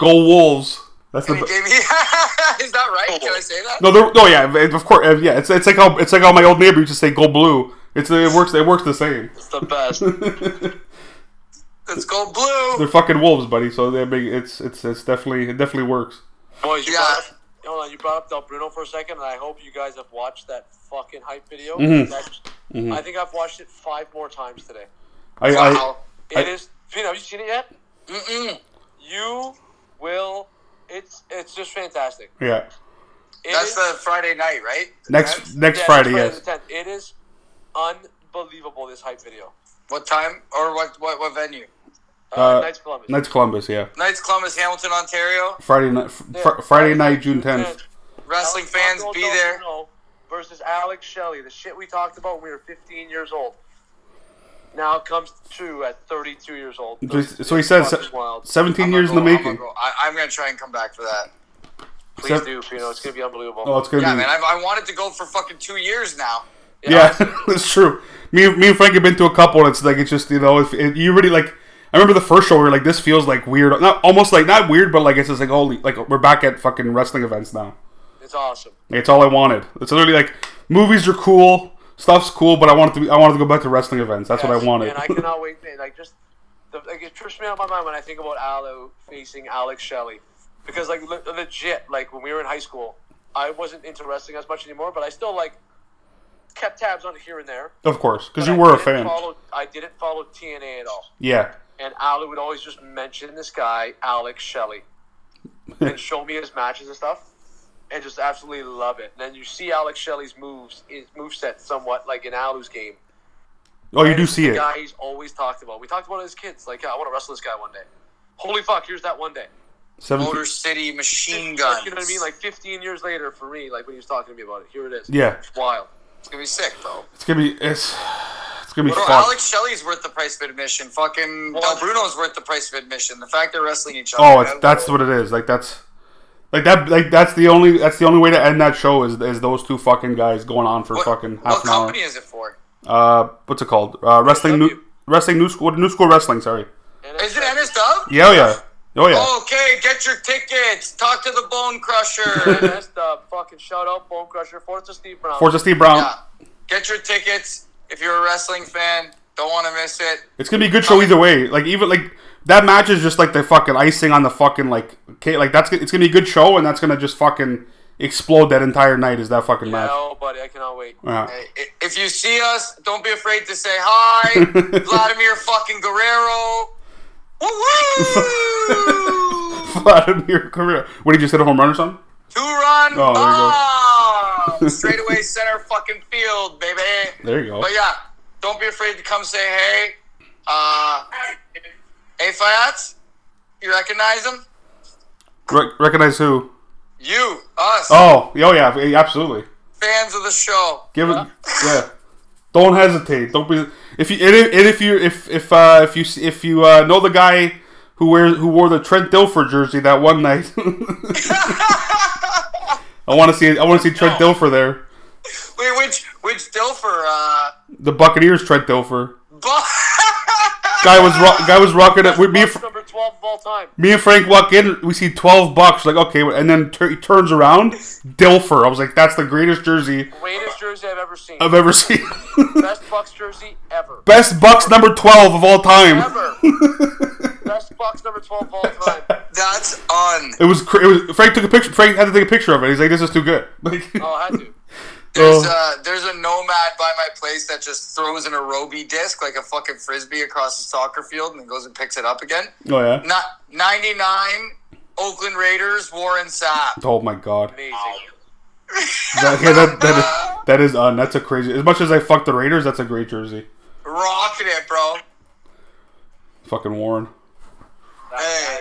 [SPEAKER 3] Go Wolves. That's the
[SPEAKER 4] he
[SPEAKER 3] be-
[SPEAKER 4] gave me. Is that right? Can I say that?
[SPEAKER 3] no. there- No, yeah. Of course, uh, yeah. It's, it's like how it's like how my old neighbor used to say "Go Blue." It's it works. It works the same.
[SPEAKER 5] It's the best.
[SPEAKER 4] Let's go blue.
[SPEAKER 3] They're fucking wolves, buddy. So they big. It's it's it's definitely it definitely works.
[SPEAKER 5] Boys, you
[SPEAKER 4] Yeah.
[SPEAKER 5] brought up, hold on, you brought up Del Bruno for a second, and I hope you guys have watched that fucking hype video.
[SPEAKER 3] Mm-hmm.
[SPEAKER 5] That's- I think I've watched it five more times today.
[SPEAKER 3] I, I
[SPEAKER 4] Wow.
[SPEAKER 5] It is. Pino, have you seen it yet?
[SPEAKER 4] Mm-mm.
[SPEAKER 5] You will. It's it's just fantastic.
[SPEAKER 3] yeah.
[SPEAKER 5] It
[SPEAKER 4] That's
[SPEAKER 5] is-
[SPEAKER 4] the Friday night, right?
[SPEAKER 3] Next next
[SPEAKER 5] yeah,
[SPEAKER 3] Friday,
[SPEAKER 5] Friday
[SPEAKER 3] yes.
[SPEAKER 5] the 10th. It is unbelievable. This hype video.
[SPEAKER 4] What time or what what, what venue?
[SPEAKER 5] Uh,
[SPEAKER 3] Uh,
[SPEAKER 5] Knights Columbus.
[SPEAKER 3] That's Columbus, yeah.
[SPEAKER 4] Knights Columbus, Hamilton, Ontario.
[SPEAKER 3] Friday night, fr- fr- Friday night, June tenth.
[SPEAKER 4] Wrestling
[SPEAKER 5] Alex
[SPEAKER 4] fans,
[SPEAKER 5] Rocco
[SPEAKER 4] be
[SPEAKER 5] Del
[SPEAKER 4] there.
[SPEAKER 5] Bruno Versus Alex Shelley, the shit we talked about when we were 15 years old. Now it comes true at 32 years old.
[SPEAKER 3] So he says
[SPEAKER 5] Fucking wild.
[SPEAKER 3] seventeen
[SPEAKER 4] I'm
[SPEAKER 3] years in
[SPEAKER 4] gonna
[SPEAKER 3] the
[SPEAKER 4] go- I'm gonna
[SPEAKER 3] making.
[SPEAKER 4] go- I, am gonna try and come back for that.
[SPEAKER 5] Please
[SPEAKER 3] Sev-
[SPEAKER 5] do, Pino. It's gonna be unbelievable.
[SPEAKER 3] Oh, it's gonna
[SPEAKER 4] Yeah,
[SPEAKER 3] be.
[SPEAKER 4] man. I've, I wanted to go for fucking two years now.
[SPEAKER 3] yeah, that's true. Me, and- me and Frank have been to a couple. and It's like it's just you know if it, you really like. I remember the first show we were like, this feels like weird. Not almost like not weird, but like it's just like holy, like we're back at fucking wrestling events now.
[SPEAKER 5] It's awesome.
[SPEAKER 3] Like, it's all I wanted. It's literally like movies are cool, stuff's cool, but I wanted to be, I wanted to go back to wrestling events. That's what I
[SPEAKER 5] Yes,
[SPEAKER 3] wanted.
[SPEAKER 5] And I cannot wait. man. Like just, the, like it trips me out of my mind when I think about Allo facing Alex Shelley, because like le- legit, like when we were in high school, I wasn't into wrestling as much anymore, but I still like kept tabs on it here and there.
[SPEAKER 3] of course, because
[SPEAKER 5] But
[SPEAKER 3] you
[SPEAKER 5] I
[SPEAKER 3] were a
[SPEAKER 5] didn't
[SPEAKER 3] fan.
[SPEAKER 5] Follow, I didn't follow TNA at all,
[SPEAKER 3] Yeah,
[SPEAKER 5] and Allo would always just mention this guy Alex Shelley, and show me his matches and stuff. And just absolutely love it. And then you see Alex Shelley's moves, his moveset somewhat like in Alu's game.
[SPEAKER 3] Oh, you
[SPEAKER 5] And
[SPEAKER 3] do
[SPEAKER 5] it's
[SPEAKER 3] see
[SPEAKER 5] the
[SPEAKER 3] it.
[SPEAKER 5] Guy he's always talked about. We talked about it as kids. Like, yeah, I want to wrestle this guy one day. Holy fuck! Here's that one day.
[SPEAKER 3] Seventeen.
[SPEAKER 4] Motor City Machine
[SPEAKER 5] Like,
[SPEAKER 4] Guns.
[SPEAKER 5] you know what I mean? Like 15 years later, for me, like when he was talking to me about it, here it is.
[SPEAKER 3] Yeah,
[SPEAKER 5] It's wild.
[SPEAKER 4] it's gonna be sick, bro.
[SPEAKER 3] it's gonna be it's it's gonna be
[SPEAKER 4] Bro,
[SPEAKER 3] fun.
[SPEAKER 4] Alex Shelley's worth the price of admission. Fucking
[SPEAKER 5] Well,
[SPEAKER 4] Del Bruno's worth the price of admission. The fact they're wrestling each other.
[SPEAKER 3] Oh, it's, that's what it is. Like that's like that. Like that's the only that's the only way to end that show is is those two fucking guys going on for
[SPEAKER 4] What-
[SPEAKER 3] fucking
[SPEAKER 4] What
[SPEAKER 3] half an hour.
[SPEAKER 4] company is it for?
[SPEAKER 3] Uh, what's it called? Uh, wrestling new
[SPEAKER 5] NSW.
[SPEAKER 3] wrestling new school new school wrestling. Sorry.
[SPEAKER 5] And
[SPEAKER 4] Is it NSW?
[SPEAKER 3] Yeah, oh yeah, oh yeah.
[SPEAKER 4] Okay, get your tickets. Talk to the Bone Crusher.
[SPEAKER 5] That's the uh, fucking shout out, Bone Crusher, Forza Steve Brown.
[SPEAKER 3] Forza Steve Brown.
[SPEAKER 4] yeah. Get your tickets if you're a wrestling fan. Don't want to miss it.
[SPEAKER 3] It's gonna be a good
[SPEAKER 4] Oh.
[SPEAKER 3] show either way. Like even like that match is just like the fucking icing on the fucking like okay, like that's it's gonna be a good show and that's gonna just fucking explode that entire night. Is that fucking match?
[SPEAKER 5] No, oh, buddy, I cannot wait.
[SPEAKER 3] Yeah.
[SPEAKER 4] I- i- If you see us, don't be afraid to say hi. Vladimir fucking Guerrero. Woo-woo!
[SPEAKER 3] Vladimir Guerrero. What did he just hit a home run or something?
[SPEAKER 4] Two run
[SPEAKER 3] Oh, there you
[SPEAKER 4] bomb. Straightaway center fucking field, baby.
[SPEAKER 3] There you go.
[SPEAKER 4] But Oh, yeah, don't be afraid to come say hey. Uh, hey, Fayats, you recognize him?
[SPEAKER 3] Re- recognize who?
[SPEAKER 4] You, us,
[SPEAKER 3] Oh, oh yeah, yeah, absolutely.
[SPEAKER 4] fans of the show.
[SPEAKER 3] Give it, yeah. Don't hesitate. Don't be if you and if, and if you if if uh, if you see- if you uh, know the guy who wears who wore the Trent Dilfer jersey that one night. I want to see I want to see Trent Dilfer there.
[SPEAKER 4] Wait, which which Dilfer? Uh,
[SPEAKER 3] The Buccaneers Trent Dilfer
[SPEAKER 4] bu-
[SPEAKER 3] guy was ro- guy was rocking it. We, me, and Fr-
[SPEAKER 5] number twelve of all time.
[SPEAKER 3] me and Frank walk in. We see twelve bucks. Like okay, and then tur he turns around Dilfer. I was like, that's the greatest jersey
[SPEAKER 5] Greatest jersey I've ever seen.
[SPEAKER 3] I've ever seen.
[SPEAKER 5] Best Bucks jersey ever.
[SPEAKER 3] Best Bucks number twelve of all time.
[SPEAKER 5] Ever. Best Bucks number twelve of all time.
[SPEAKER 4] that's on.
[SPEAKER 3] It was, cra- it was Frank took a picture. Frank had to take a picture of it. He's like, "This is too good." Like,
[SPEAKER 5] Oh, I had to.
[SPEAKER 4] There's
[SPEAKER 3] Oh.
[SPEAKER 4] a there's a nomad by my place that just throws an aerobie disc like a fucking frisbee across the soccer field and then goes and picks it up again.
[SPEAKER 3] oh yeah.
[SPEAKER 4] Not 99 Oakland Raiders Warren Sapp.
[SPEAKER 3] Oh my god.
[SPEAKER 5] Amazing.
[SPEAKER 3] That, yeah, that, that, is, that is un. That's a crazy. As much as I fuck the Raiders, that's a great jersey.
[SPEAKER 4] Rocking it, bro.
[SPEAKER 3] Fucking Warren.
[SPEAKER 4] Hey,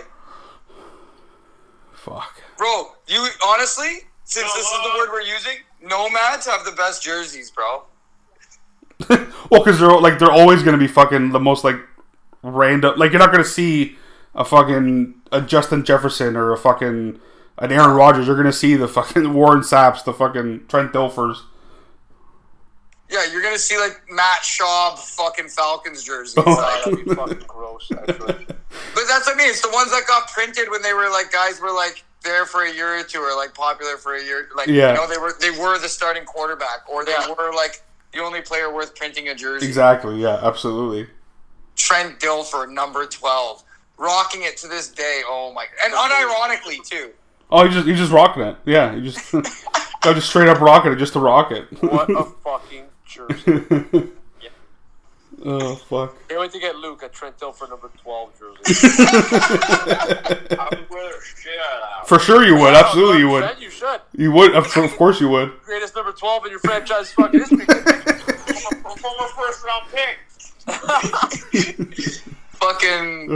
[SPEAKER 3] Fuck.
[SPEAKER 4] bro, you honestly, since this is the word we're using, nomads have the best jerseys, bro.
[SPEAKER 3] Well, because they're like they're always gonna be fucking the most like random. Like you're not gonna see a fucking a Justin Jefferson or a fucking an Aaron Rodgers. You're gonna see the fucking Warren Saps, the fucking Trent Dilfers.
[SPEAKER 4] Yeah, you're gonna see like Matt Schaub fucking Falcons jerseys.
[SPEAKER 5] That'd be fucking gross, actually.
[SPEAKER 4] But that's what I mean. It's the ones that got printed when they were like guys were like there for a year or two, or like popular for a year. Like
[SPEAKER 3] Yeah.
[SPEAKER 4] you know they were they were the starting quarterback, or they were like the only player worth printing a jersey.
[SPEAKER 3] Exactly. Yeah. Absolutely.
[SPEAKER 4] Trent Dilfer, number twelve, rocking it to this day. Oh my! And unironically too.
[SPEAKER 3] Oh, you just you just rocking it. Yeah, you just I just straight up rocking it just to rock it.
[SPEAKER 5] What a fucking jersey.
[SPEAKER 3] oh fuck.
[SPEAKER 5] Can't wait to get Luke a Trent Dilfer number 12 jersey.
[SPEAKER 2] I would wear the shit out of
[SPEAKER 3] For sure you would. Absolutely you
[SPEAKER 5] Oh,
[SPEAKER 3] would.
[SPEAKER 5] Trent, You should.
[SPEAKER 3] You would. Of, of course you would.
[SPEAKER 5] Greatest number 12 in your franchise fucking history.
[SPEAKER 2] that. From a first round pick.
[SPEAKER 4] Fucking
[SPEAKER 3] Uh,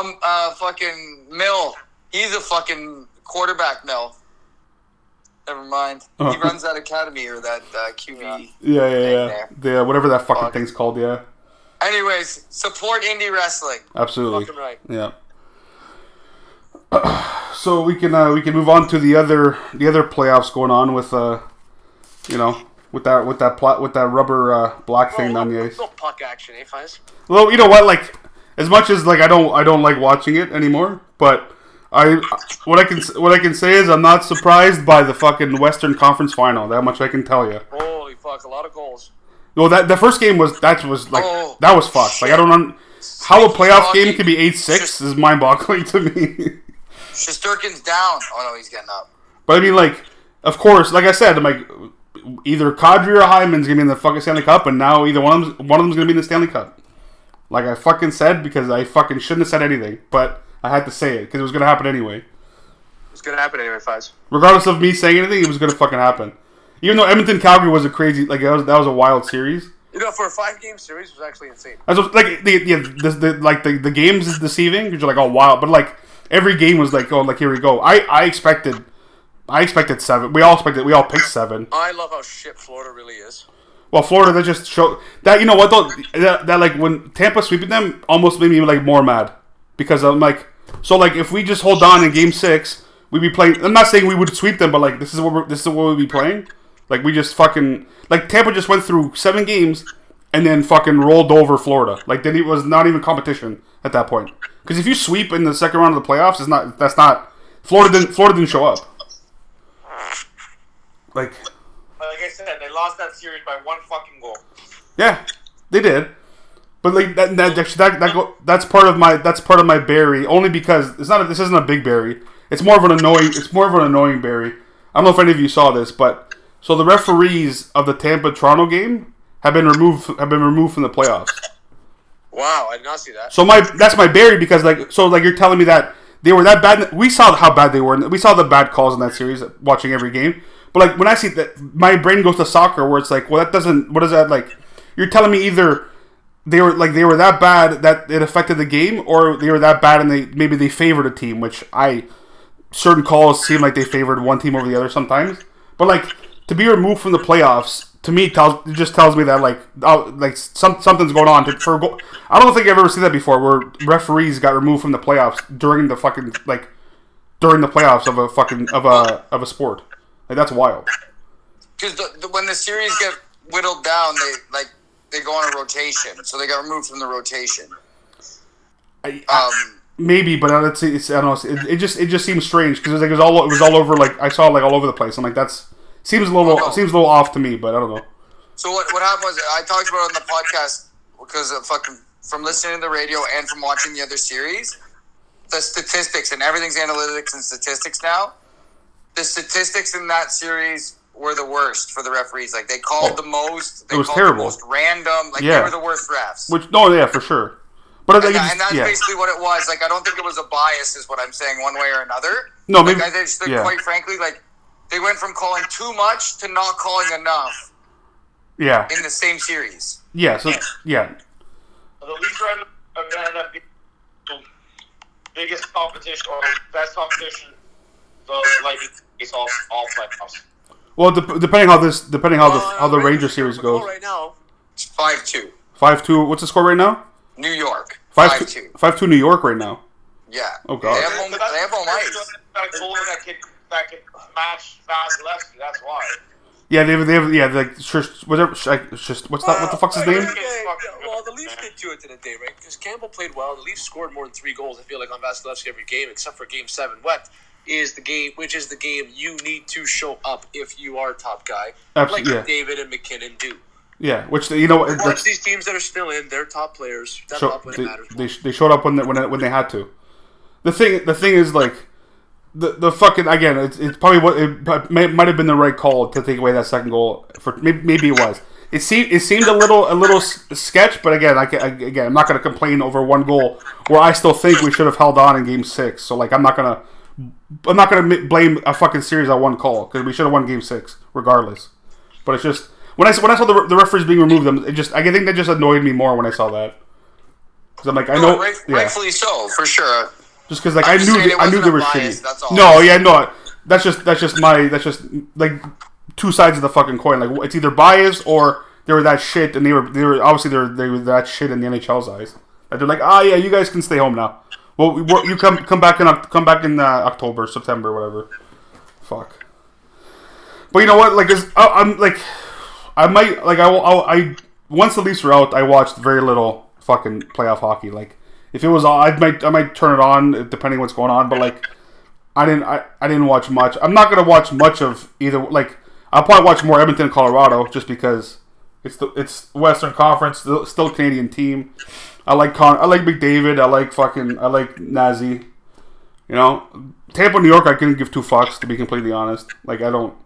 [SPEAKER 4] um uh fucking Mill. He's a fucking quarterback Mill. Never mind. He
[SPEAKER 3] Oh.
[SPEAKER 4] runs that academy or that uh, QB.
[SPEAKER 3] yeah, yeah, yeah. Yeah, uh, whatever that fucking
[SPEAKER 4] Fuck.
[SPEAKER 3] thing's called. Yeah,
[SPEAKER 4] Anyways, support indie wrestling.
[SPEAKER 3] absolutely.
[SPEAKER 5] fucking right.
[SPEAKER 3] Yeah. So we can uh, we can move on to the other the other playoffs going on with uh you know with that with that plot with that rubber uh,
[SPEAKER 5] Oh,
[SPEAKER 3] black thing on the ice.
[SPEAKER 5] No puck action, eh, Fives?
[SPEAKER 3] Well, you know what? Like, as much as like I don't, I don't like watching it anymore. But I, what I can, what I can say is I'm not surprised by the fucking Western Conference Final. That much I can tell you.
[SPEAKER 5] Holy fuck, a lot of goals.
[SPEAKER 3] Well, that the first game was that was like
[SPEAKER 4] Oh,
[SPEAKER 3] that was fucked. Like I don't know how a playoff
[SPEAKER 4] Hockey.
[SPEAKER 3] game can be eight six is mind boggling to me.
[SPEAKER 4] Shusterkin's down. Oh no, he's getting up.
[SPEAKER 3] But I mean, like, of course, like I said, I'm like either Kadri or Hyman's gonna be in the fucking Stanley Cup, and now either one of them's, one of them's gonna be in the Stanley Cup. Like I fucking said because I fucking shouldn't have said anything, but I had to say it because it was gonna happen anyway.
[SPEAKER 5] It's going to happen anyway, Fives.
[SPEAKER 3] Regardless of me saying anything, it was gonna fucking happen. Even though Edmonton Calgary was a crazy like that was that was a wild series.
[SPEAKER 5] You know, for a five game series, it was actually insane.
[SPEAKER 3] I was like the, the, the, the like the, the games is deceiving because you're like oh wow, but like every game was like oh like here we go. I I expected I expected seven. We all expected we all picked seven.
[SPEAKER 5] I love how shit Florida really is.
[SPEAKER 3] Well, Florida, that just show that you know what though that, that like when Tampa sweeping them almost made me like more mad because I'm like so like if we just hold on in Game Six we'd be playing. I'm not saying we would sweep them, but like this is what we're, this is what we'd be playing. Like we just fucking like Tampa just went through seven games and then fucking rolled over Florida. Like then it was not even competition at that point because if you sweep in the second round of the playoffs, it's not that's not Florida didn't Florida didn't show up. Like
[SPEAKER 2] Like I said, they lost that series by one fucking goal.
[SPEAKER 3] Yeah, they did. But like that, that actually that, that go, that's part of my that's part of my berry only because it's not a, this isn't a big berry. It's more of an annoying it's more of an annoying berry. I don't know if any of you saw this, but so the referees of the Tampa Toronto game have been removed have been removed from the playoffs.
[SPEAKER 5] Wow, I did not see that.
[SPEAKER 3] So my that's my berry because like so like you're telling me that they were that bad. We saw how bad they were. We saw the bad calls in that series watching every game. But like when I see that, my brain goes to soccer, where it's like, well, that doesn't. What is that like? You're telling me either they were like they were that bad that it affected the game, or they were that bad and they maybe they favored a team, which I certain calls seem like they favored one team over the other sometimes. But like to be removed from the playoffs to me tells it just tells me that like oh, like some, something's going on. To, for go- I don't think I've ever seen that before, where referees got removed from the playoffs during the fucking like during the playoffs of a fucking of a of a sport. Like that's wild.
[SPEAKER 4] because the, the, when the series get whittled down, they like they go on a rotation, so they got removed from the rotation.
[SPEAKER 3] I-
[SPEAKER 4] Um,
[SPEAKER 3] Maybe, but it's, it's I don't know. It, it just it just seems strange because like it was all it was all over. Like I saw like all over the place. I'm like that's seems a little
[SPEAKER 4] Oh, no.
[SPEAKER 3] seems a little off to me, but I don't know.
[SPEAKER 4] so what what happened was I talked about it on the podcast because of fucking from listening to the radio and from watching the other series, the statistics and everything's analytics and statistics now. The statistics in that series were the worst for the referees. Like they called
[SPEAKER 3] Oh.
[SPEAKER 4] the most. They
[SPEAKER 3] It was
[SPEAKER 4] called
[SPEAKER 3] terrible.
[SPEAKER 4] The most random. Like
[SPEAKER 3] Yeah.
[SPEAKER 4] they were the worst refs.
[SPEAKER 3] Which no, yeah, for sure. But I think
[SPEAKER 4] and,
[SPEAKER 3] it
[SPEAKER 4] that-
[SPEAKER 3] just-
[SPEAKER 4] and that's
[SPEAKER 3] yeah.
[SPEAKER 4] basically what it was. Like, I don't think it was a bias, is what I'm saying, one way or another.
[SPEAKER 3] No,
[SPEAKER 4] like,
[SPEAKER 3] maybe-
[SPEAKER 4] I just think,
[SPEAKER 3] yeah.
[SPEAKER 4] quite frankly, like they went from calling too much to not calling enough
[SPEAKER 3] yeah,
[SPEAKER 4] in the same series.
[SPEAKER 3] yeah. So yeah,
[SPEAKER 2] The Leafs are going to end up being the biggest competition or best competition the Lightning face all all playoffs.
[SPEAKER 3] Well, dep depending how this, depending how the how the
[SPEAKER 5] Uh,
[SPEAKER 3] Ranger series
[SPEAKER 5] are on the
[SPEAKER 3] goes,
[SPEAKER 5] call Right now,
[SPEAKER 4] It's 5 2.
[SPEAKER 3] five two. What's the score right now?
[SPEAKER 4] New York. 5
[SPEAKER 3] Five
[SPEAKER 4] 2.
[SPEAKER 3] two, five two. New York right now.
[SPEAKER 4] Yeah.
[SPEAKER 3] Oh, God.
[SPEAKER 4] They have home,
[SPEAKER 2] But
[SPEAKER 4] they have home
[SPEAKER 2] that's-
[SPEAKER 4] ice.
[SPEAKER 2] That goal that could that could match fast lefty. That's why.
[SPEAKER 3] Yeah, they have, they have yeah like Shis- whatever. Sh- like, Shis- What's that? What the fuck's his name?
[SPEAKER 5] Okay, well, the Leafs did do it to the day, right? Because Campbell played well. The Leafs scored more than three goals. I feel like on Vasilevsky every game, except for Game Seven. What is the game? Which is the game you need to show up if you are top guy,
[SPEAKER 3] Abs-
[SPEAKER 5] like
[SPEAKER 3] yeah.
[SPEAKER 5] David and McKinnon do.
[SPEAKER 3] Yeah, which they, you know what?
[SPEAKER 5] Once
[SPEAKER 3] that's-
[SPEAKER 5] these teams that are still in, they're top players. That
[SPEAKER 3] show,
[SPEAKER 5] top player
[SPEAKER 3] they,
[SPEAKER 5] matters.
[SPEAKER 3] they, they showed up when they, when, when they had to. The thing the thing is like the the fucking again it's, it's probably what it may, might have been the right call to take away that second goal for maybe, maybe it was it seemed it seemed a little a little s- sketch but again I, ca- I again I'm not gonna complain over one goal where I still think we should have held on in game six so like I'm not gonna I'm not gonna mi- blame a fucking series on one call because we should have won game six regardless but it's just when I s- when I saw the, re- the referees being removed them it just I think that just annoyed me more when I saw that. Because I'm like, I know,
[SPEAKER 4] Right-
[SPEAKER 3] yeah.
[SPEAKER 4] Rightfully so, for sure.
[SPEAKER 3] just because like I
[SPEAKER 4] just
[SPEAKER 3] knew,
[SPEAKER 4] saying
[SPEAKER 3] they,
[SPEAKER 4] it
[SPEAKER 3] I knew
[SPEAKER 4] wasn't
[SPEAKER 3] they
[SPEAKER 4] a
[SPEAKER 3] were
[SPEAKER 4] bias,
[SPEAKER 3] shitty.
[SPEAKER 4] that's all.
[SPEAKER 3] No, yeah, no, that's just that's just my that's just like two sides of the fucking coin. Like it's either bias or they were that shit, and they were they were obviously they were, they were that shit in the NHL's eyes. That they're like, ah, yeah, you guys can stay home now. Well, we, we you come come back in Oc- come back in uh, October, September, whatever. Fuck. But you know what? Like, is I, I'm like, I might like I, will- I'll- I once the Leafs were out, I watched very little fucking playoff hockey. Like, if it was on, I might I might turn it on depending what's going on. But like, I didn't I, I didn't watch much. I'm not gonna watch much of either. Like, I'll probably watch more Edmonton, Colorado, just because it's the it's Western Conference, still, still Canadian team. I like Con, I like McDavid, I like fucking, I like Nazi. You know, Tampa, New York, I couldn't give two fucks to be completely honest. Like, I don't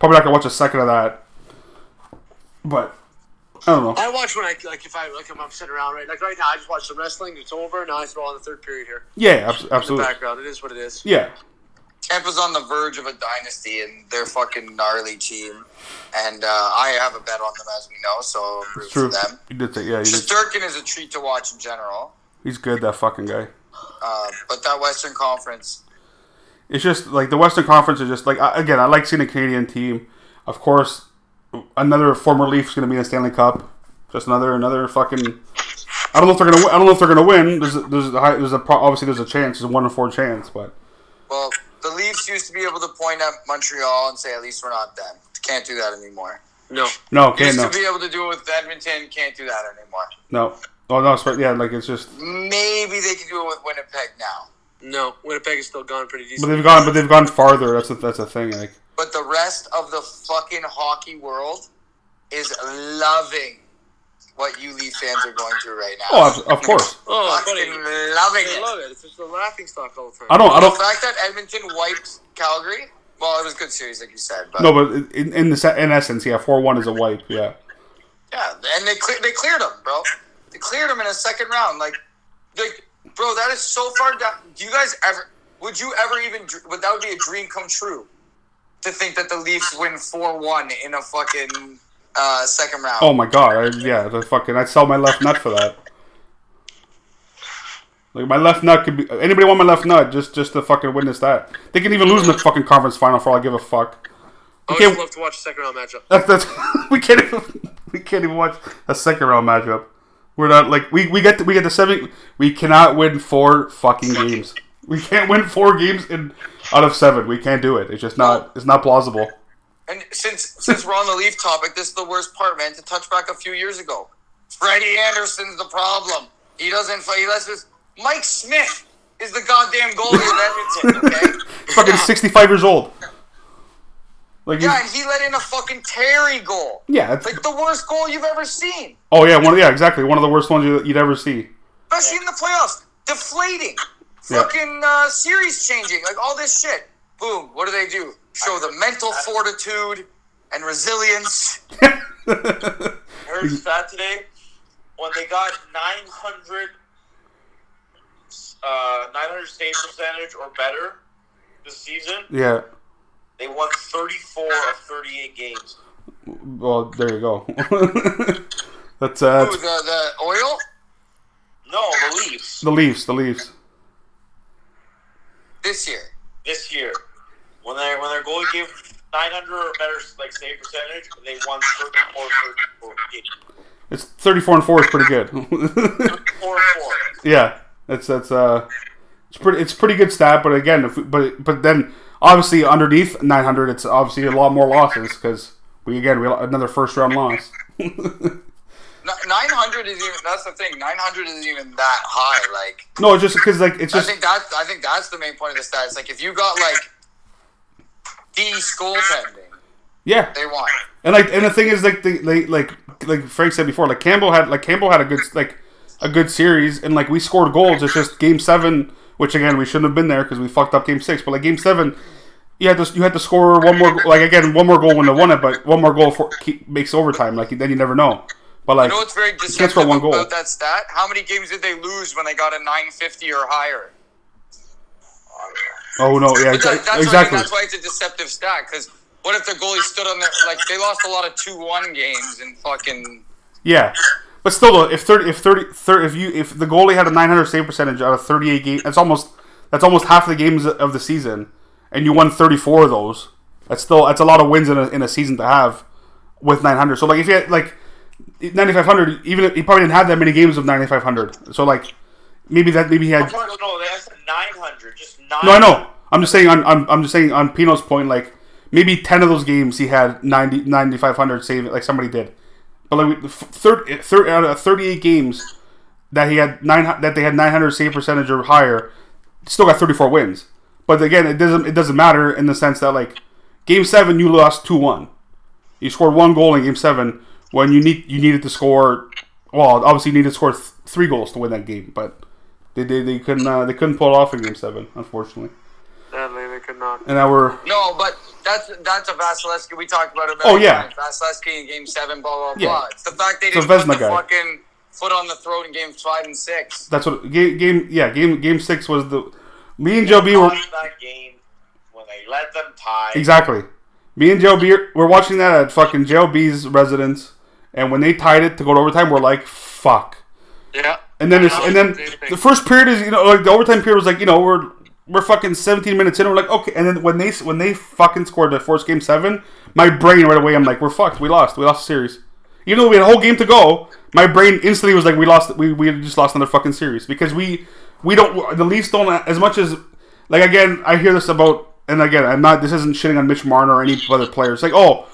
[SPEAKER 3] probably not gonna watch a second of that. But I don't know.
[SPEAKER 5] I watch when I like if I like if I'm sitting around right like right now I just watch some wrestling. It's over now. I throw on the third period here
[SPEAKER 3] Yeah, abs-
[SPEAKER 5] in the
[SPEAKER 3] absolutely.
[SPEAKER 5] background. It is what it is.
[SPEAKER 3] Yeah,
[SPEAKER 4] Tampa's on the verge of a dynasty, and they're fucking gnarly team. And uh, I have a bet on them, as we know, so I'm
[SPEAKER 3] it's
[SPEAKER 4] rooting
[SPEAKER 3] true.
[SPEAKER 4] for them.
[SPEAKER 3] You did say yeah. You did.
[SPEAKER 4] Shesterkin is a treat to watch in general,
[SPEAKER 3] He's good. That fucking guy.
[SPEAKER 4] uh, but that Western Conference,
[SPEAKER 3] it's just like the Western Conference is just like I- again. I like seeing a Canadian team. Of course, another former Leafs going to be in the Stanley Cup. Just another another fucking. I don't know if they're gonna. Win. I don't know if they're gonna win. There's a, there's a high, there's a pro- obviously there's a chance. There's a one in four chance, but
[SPEAKER 4] well, the Leafs used to be able to point at Montreal and say, at least we're not them. Can't do that anymore.
[SPEAKER 5] No,
[SPEAKER 3] no, okay,
[SPEAKER 4] used
[SPEAKER 3] no,
[SPEAKER 4] to be able to do it with Edmonton, can't do that anymore.
[SPEAKER 3] no. Oh no, but yeah, like it's just.
[SPEAKER 4] Maybe they can do it with Winnipeg now.
[SPEAKER 5] no. Winnipeg is still gone pretty
[SPEAKER 3] But
[SPEAKER 5] decent.
[SPEAKER 3] they've gone. But they've gone farther. That's a, that's a thing. Like
[SPEAKER 4] But the rest of the fucking hockey world is loving what you Leaf fans are going through right now.
[SPEAKER 3] oh, of, of course.
[SPEAKER 5] Oh,
[SPEAKER 4] fucking
[SPEAKER 5] buddy,
[SPEAKER 4] loving
[SPEAKER 5] I
[SPEAKER 4] it.
[SPEAKER 5] love it. It's just a laughing stock all the time.
[SPEAKER 3] I don't. I
[SPEAKER 4] The
[SPEAKER 3] don't.
[SPEAKER 4] fact that Edmonton wiped Calgary, well, it was a good series, like you said, but
[SPEAKER 3] No, but in in, the, se- in essence, yeah, four one is a wipe. Yeah.
[SPEAKER 4] yeah, and they cle- they cleared them, bro. They cleared them in a second round. Like, like, bro, that is so far down. Do you guys ever? Would you ever even? dr- Would that would be a dream come true? to think that the Leafs win four one in a fucking uh, second round.
[SPEAKER 3] Oh my god, I, yeah, the fucking I'd sell my left nut for that. Like my left nut could be anybody want my left nut just just to fucking witness that. They can even lose in the fucking conference final for all I give a fuck.
[SPEAKER 5] I
[SPEAKER 3] Okay.
[SPEAKER 5] always love to watch a second round matchup.
[SPEAKER 3] That's, that's we can't even we can't even watch a second round matchup. We're not like we, we get the, we get the seven. We cannot win four fucking games. We can't win four games in out of seven. We can't do it. It's just not it's not plausible.
[SPEAKER 4] And since since we're on the Leaf topic, this is the worst part, man. To touch back a few years ago, Freddie Anderson's the problem. He doesn't. He lets us. Mike Smith is the goddamn goalie of Edmonton. Okay.
[SPEAKER 3] Fucking sixty five years old. Like
[SPEAKER 4] Yeah,
[SPEAKER 3] yeah,
[SPEAKER 4] and he let in a fucking Terry goal.
[SPEAKER 3] yeah. It's,
[SPEAKER 4] Like the worst goal you've ever seen,
[SPEAKER 3] oh yeah, one of- yeah exactly one of the worst ones you, you'd ever see.
[SPEAKER 4] especially in the playoffs. Deflating,
[SPEAKER 3] Yeah.
[SPEAKER 4] fucking uh, series changing, like all this shit. Boom. What do they do? Show the mental fortitude and resilience.
[SPEAKER 2] heard stat today when they got 900, uh, 900 save percentage or better this season,
[SPEAKER 3] Yeah.
[SPEAKER 2] they won 34 of 38 games.
[SPEAKER 3] Well, there you go. that's uh,
[SPEAKER 4] Ooh,
[SPEAKER 3] that's
[SPEAKER 4] the the oil.
[SPEAKER 2] No, the Leafs
[SPEAKER 3] the Leafs. The Leafs.
[SPEAKER 4] this year.
[SPEAKER 2] this year when they when their goalie gave 900 or better like save percentage, they won 34 of 34 games.
[SPEAKER 3] It's thirty four and four is pretty good.
[SPEAKER 2] Four four.
[SPEAKER 3] Yeah, that's that's uh, it's pretty it's pretty good stat. But again, if, but but then obviously underneath 900, it's obviously a lot more losses because we again we another first round loss.
[SPEAKER 4] Nine hundred is even. That's the thing. Nine hundred isn't even that high. Like
[SPEAKER 3] no, it's just because like it's
[SPEAKER 4] I
[SPEAKER 3] just
[SPEAKER 4] think that I think that's the main point of the stats. Like if you got like D goaltending,
[SPEAKER 3] yeah,
[SPEAKER 4] they won.
[SPEAKER 3] and like and the thing is like they, they like like Frank said before, like Campbell had like Campbell had a good like a good series, and like we scored goals. It's just game seven, which again we shouldn't have been there because we fucked up game six. But like game seven. You had to you had to score one more like again one more goal when they won it, but one more goal for keep, makes overtime. Like then you never know. But like
[SPEAKER 4] You know what's very
[SPEAKER 3] can't score
[SPEAKER 4] deceptive
[SPEAKER 3] one
[SPEAKER 4] about
[SPEAKER 3] goal.
[SPEAKER 4] that stat? How many games did they lose when they got a nine fifty or higher?
[SPEAKER 3] Oh no! Yeah, exa-
[SPEAKER 4] But that- that's What I mean,
[SPEAKER 3] exactly.
[SPEAKER 4] that's why it's a deceptive stat. Because what if the goalie stood on their like they lost a lot of two one games and fucking
[SPEAKER 3] Yeah, but still, though, if thirty, if thirty, thir if you, if the goalie had a nine hundred save percentage out of thirty-eight games, that's almost that's almost half the games of the season, and you won thirty-four of those. That's still that's a lot of wins in a, in a season to have with nine hundred. So like if you had like ninety-five hundred, even if, he probably didn't have that many games of ninety-five hundred. So like maybe that maybe he had.
[SPEAKER 2] No, no, that's 900. Just nine.
[SPEAKER 3] No, I know. I'm just saying. On, I'm, I'm just saying on Pino's point, like maybe ten of those games he had 90, 9,500 save, like somebody did. But like we- f- thir- thir- out of thirty-eight games that he had nine hu- that they had nine hundred save percentage or higher, still got thirty-four wins. But again, it doesn't it doesn't matter in the sense that like game seven you lost two one, you scored one goal in game seven when you need you needed to score. Well, obviously you needed to score th- three goals to win that game, but they they, they couldn't uh, they couldn't pull it off in game seven, unfortunately.
[SPEAKER 5] Sadly, they could not.
[SPEAKER 3] And now we're
[SPEAKER 4] No, but that's that's a Vasilevsky. We talked about it.
[SPEAKER 3] Oh, yeah.
[SPEAKER 4] Vasilevsky in Game Seven. Blah blah
[SPEAKER 3] Yeah.
[SPEAKER 4] blah. It's the fact they
[SPEAKER 3] a
[SPEAKER 4] didn't put
[SPEAKER 3] Vesna
[SPEAKER 4] the
[SPEAKER 3] guy.
[SPEAKER 4] fucking foot on the throat in Games Five and Six.
[SPEAKER 3] that's what game, game yeah game game six was the me and Joe B were
[SPEAKER 2] Lost that game when they let them tie.
[SPEAKER 3] exactly me and Joe B we're watching that at fucking Joe B's residence, and when they tied it to go to overtime, we're like fuck.
[SPEAKER 5] Yeah.
[SPEAKER 3] And then it's, and then the first period is you know like the overtime period was like you know we're we're fucking 17 minutes in we're like okay and then when they when they fucking scored the first game seven my brain right away I'm like we're fucked we lost we lost the series even though we had a whole game to go my brain instantly was like we lost we, we just lost another fucking series because we we don't the Leafs don't as much as like again I hear this about and again I'm not this isn't shitting on Mitch Marner or any other players like oh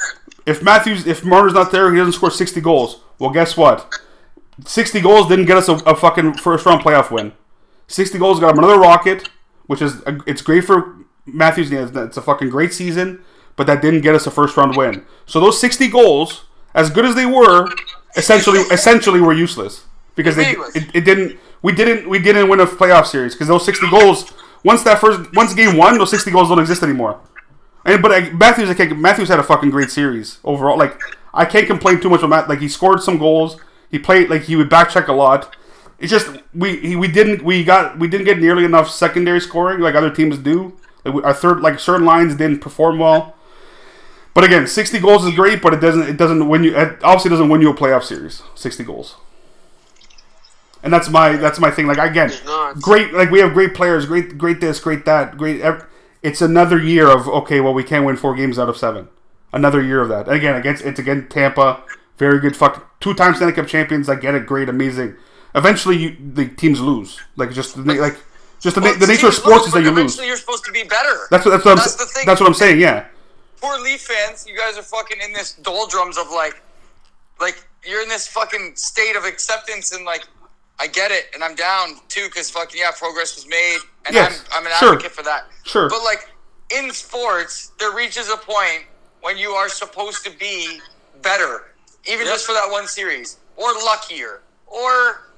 [SPEAKER 3] if Matthews if Marner's not there he doesn't score 60 goals well guess what 60 goals didn't get us a, a fucking first round playoff win. 60 goals got him another rocket, which is uh, it's great for Matthews. and It's it's a fucking great season, but that didn't get us a first round win. So those 60 goals, as good as they were, essentially essentially were useless because they,
[SPEAKER 4] Meaningless.
[SPEAKER 3] it, it didn't we didn't we didn't win a playoff series because those 60 goals once that first once game one those 60 goals don't exist anymore. And but I, Matthews, I can't, Matthews had a fucking great series overall. Like I can't complain too much about Matt. Like he scored some goals. He played like he would backcheck a lot. It's just we he, we didn't we got we didn't get nearly enough secondary scoring like other teams do. Like we, our third like certain lines didn't perform well. But again, sixty goals is great, but it doesn't it doesn't win you it obviously doesn't win you a playoff series. Sixty goals. And that's my that's my thing. Like again,
[SPEAKER 5] not.
[SPEAKER 3] great. Like we have great players, great great this, great that, great. ev- It's another year of okay. Well, we can't win four games out of seven. Another year of that. And again, against it's again Tampa, very good. Fuck, two time Stanley Cup champions. I get it. Great, amazing. Eventually, you, the teams lose. Like just the, na- like just the, na- the nature of sports is that you lose.
[SPEAKER 4] Eventually, you're supposed to be better.
[SPEAKER 3] That's what that's what I'm,
[SPEAKER 4] That's
[SPEAKER 3] s-
[SPEAKER 4] the thing.
[SPEAKER 3] That's what I'm saying. Yeah.
[SPEAKER 4] poor Leaf fans, you guys are fucking in this doldrums of like, like you're in this fucking state of acceptance and like, I get it, and I'm down too because fucking yeah, progress was made, and
[SPEAKER 3] Yes,
[SPEAKER 4] I'm I'm an
[SPEAKER 3] sure.
[SPEAKER 4] advocate for that.
[SPEAKER 3] Sure.
[SPEAKER 4] but like in sports, there reaches a point when you are supposed to be better, even just for that one series, or luckier, or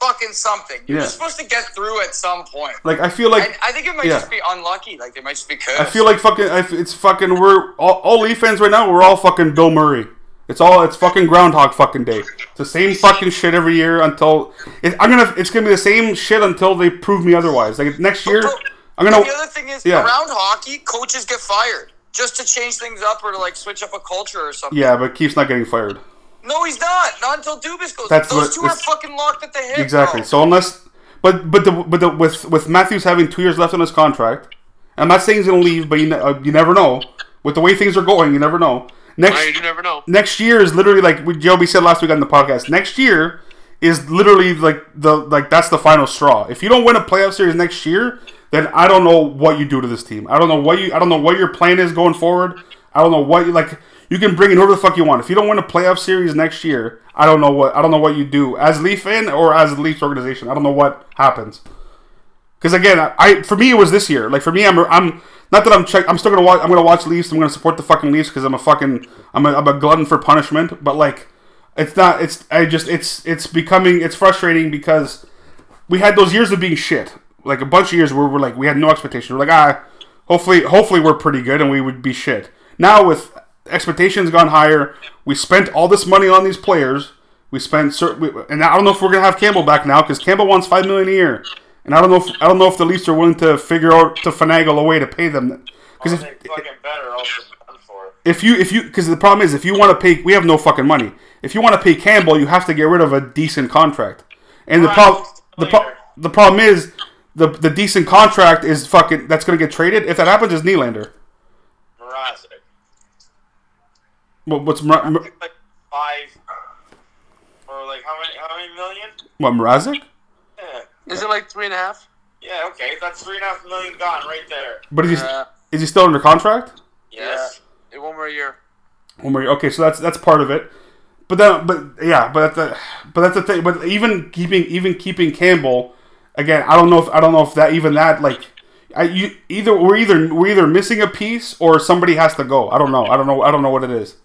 [SPEAKER 4] fucking something. You're
[SPEAKER 3] Yeah.
[SPEAKER 4] just supposed to get through at some point.
[SPEAKER 3] Like I feel like
[SPEAKER 4] And I think it might
[SPEAKER 3] yeah.
[SPEAKER 4] just be unlucky. Like they might just be cursed.
[SPEAKER 3] I feel like fucking. I f- It's fucking. We're all, all Leaf fans right now. We're all fucking Bill Murray. It's all. It's fucking Groundhog fucking Day. It's the same fucking shit every year until it, I'm gonna. It's gonna be the same shit until they prove me otherwise. Like next year, I'm
[SPEAKER 4] Oh, And
[SPEAKER 3] gonna.
[SPEAKER 4] the other thing is,
[SPEAKER 3] yeah.
[SPEAKER 4] around hockey, coaches get fired just to change things up or to like switch up a culture or something.
[SPEAKER 3] Yeah, but Keith's not getting fired.
[SPEAKER 4] No, he's not. Not until Dubas goes.
[SPEAKER 3] That's
[SPEAKER 4] Those
[SPEAKER 3] what-
[SPEAKER 4] two are
[SPEAKER 3] that's-
[SPEAKER 4] fucking locked at the hip.
[SPEAKER 3] Exactly.
[SPEAKER 4] bro.
[SPEAKER 3] So unless, but but the, but the, with with Matthews having two years left on his contract, I'm not saying he's gonna leave, but you ne- uh, you never know. With the way things are going, you never know. Next,
[SPEAKER 5] Right, you never know.
[SPEAKER 3] next year is literally like we Joby said last week on the podcast. Next year is literally like the like that's the final straw. If you don't win a playoff series next year, then I don't know what you do to this team. I don't know what you I don't know what your plan is going forward. I don't know what you like you can bring in whoever the fuck you want. If you don't win a playoff series next year, I don't know what I don't know what you do as Leaf fan or as the Leafs organization. I don't know what happens. Because again, I- I for me it was this year. Like for me, I'm I'm not that I'm check. I'm still gonna watch. I'm gonna watch Leafs. I'm gonna support the fucking Leafs because I'm a fucking I'm a, I'm a glutton for punishment. But like, it's not. It's I just it's it's becoming it's frustrating because we had those years of being shit. Like a bunch of years where we're like we had no expectation. We're like ah, hopefully hopefully we're pretty good and we would be shit. Now with expectations gone higher, we spent all this money on these players. We spent cer- we- and I don't know if we're gonna have Campbell back now because Campbell wants five million a year, and I don't know if I don't know if the Leafs are willing to figure out to finagle a way to pay them. Because
[SPEAKER 2] They fucking better also done for it.
[SPEAKER 3] if you if you because the problem is if you want to pay we have no fucking money if you want to pay campbell you have to get rid of a decent contract and the
[SPEAKER 2] Right,
[SPEAKER 3] problem the, pro-
[SPEAKER 2] later.
[SPEAKER 3] the problem is the the decent contract is fucking that's gonna get traded if that happens is Nylander.
[SPEAKER 2] Mrazek.
[SPEAKER 3] What, what's Mra- Mra-
[SPEAKER 2] Like five or like how many how many million?
[SPEAKER 3] what Mrazek?
[SPEAKER 2] Yeah.
[SPEAKER 5] Is it like three and a half?
[SPEAKER 2] Yeah, okay, that's three and a half million gone right there.
[SPEAKER 3] but is he,
[SPEAKER 5] Uh,
[SPEAKER 3] is he still under contract
[SPEAKER 2] Yes.
[SPEAKER 5] Yeah. One more year.
[SPEAKER 3] When we- okay so that's that's part of it but then but yeah but that's the but that's the thing but even keeping even keeping campbell again i don't know if i don't know if that even that like I, you either we're either we're either missing a piece or somebody has to go. I don't know. I don't know. I don't know what it is.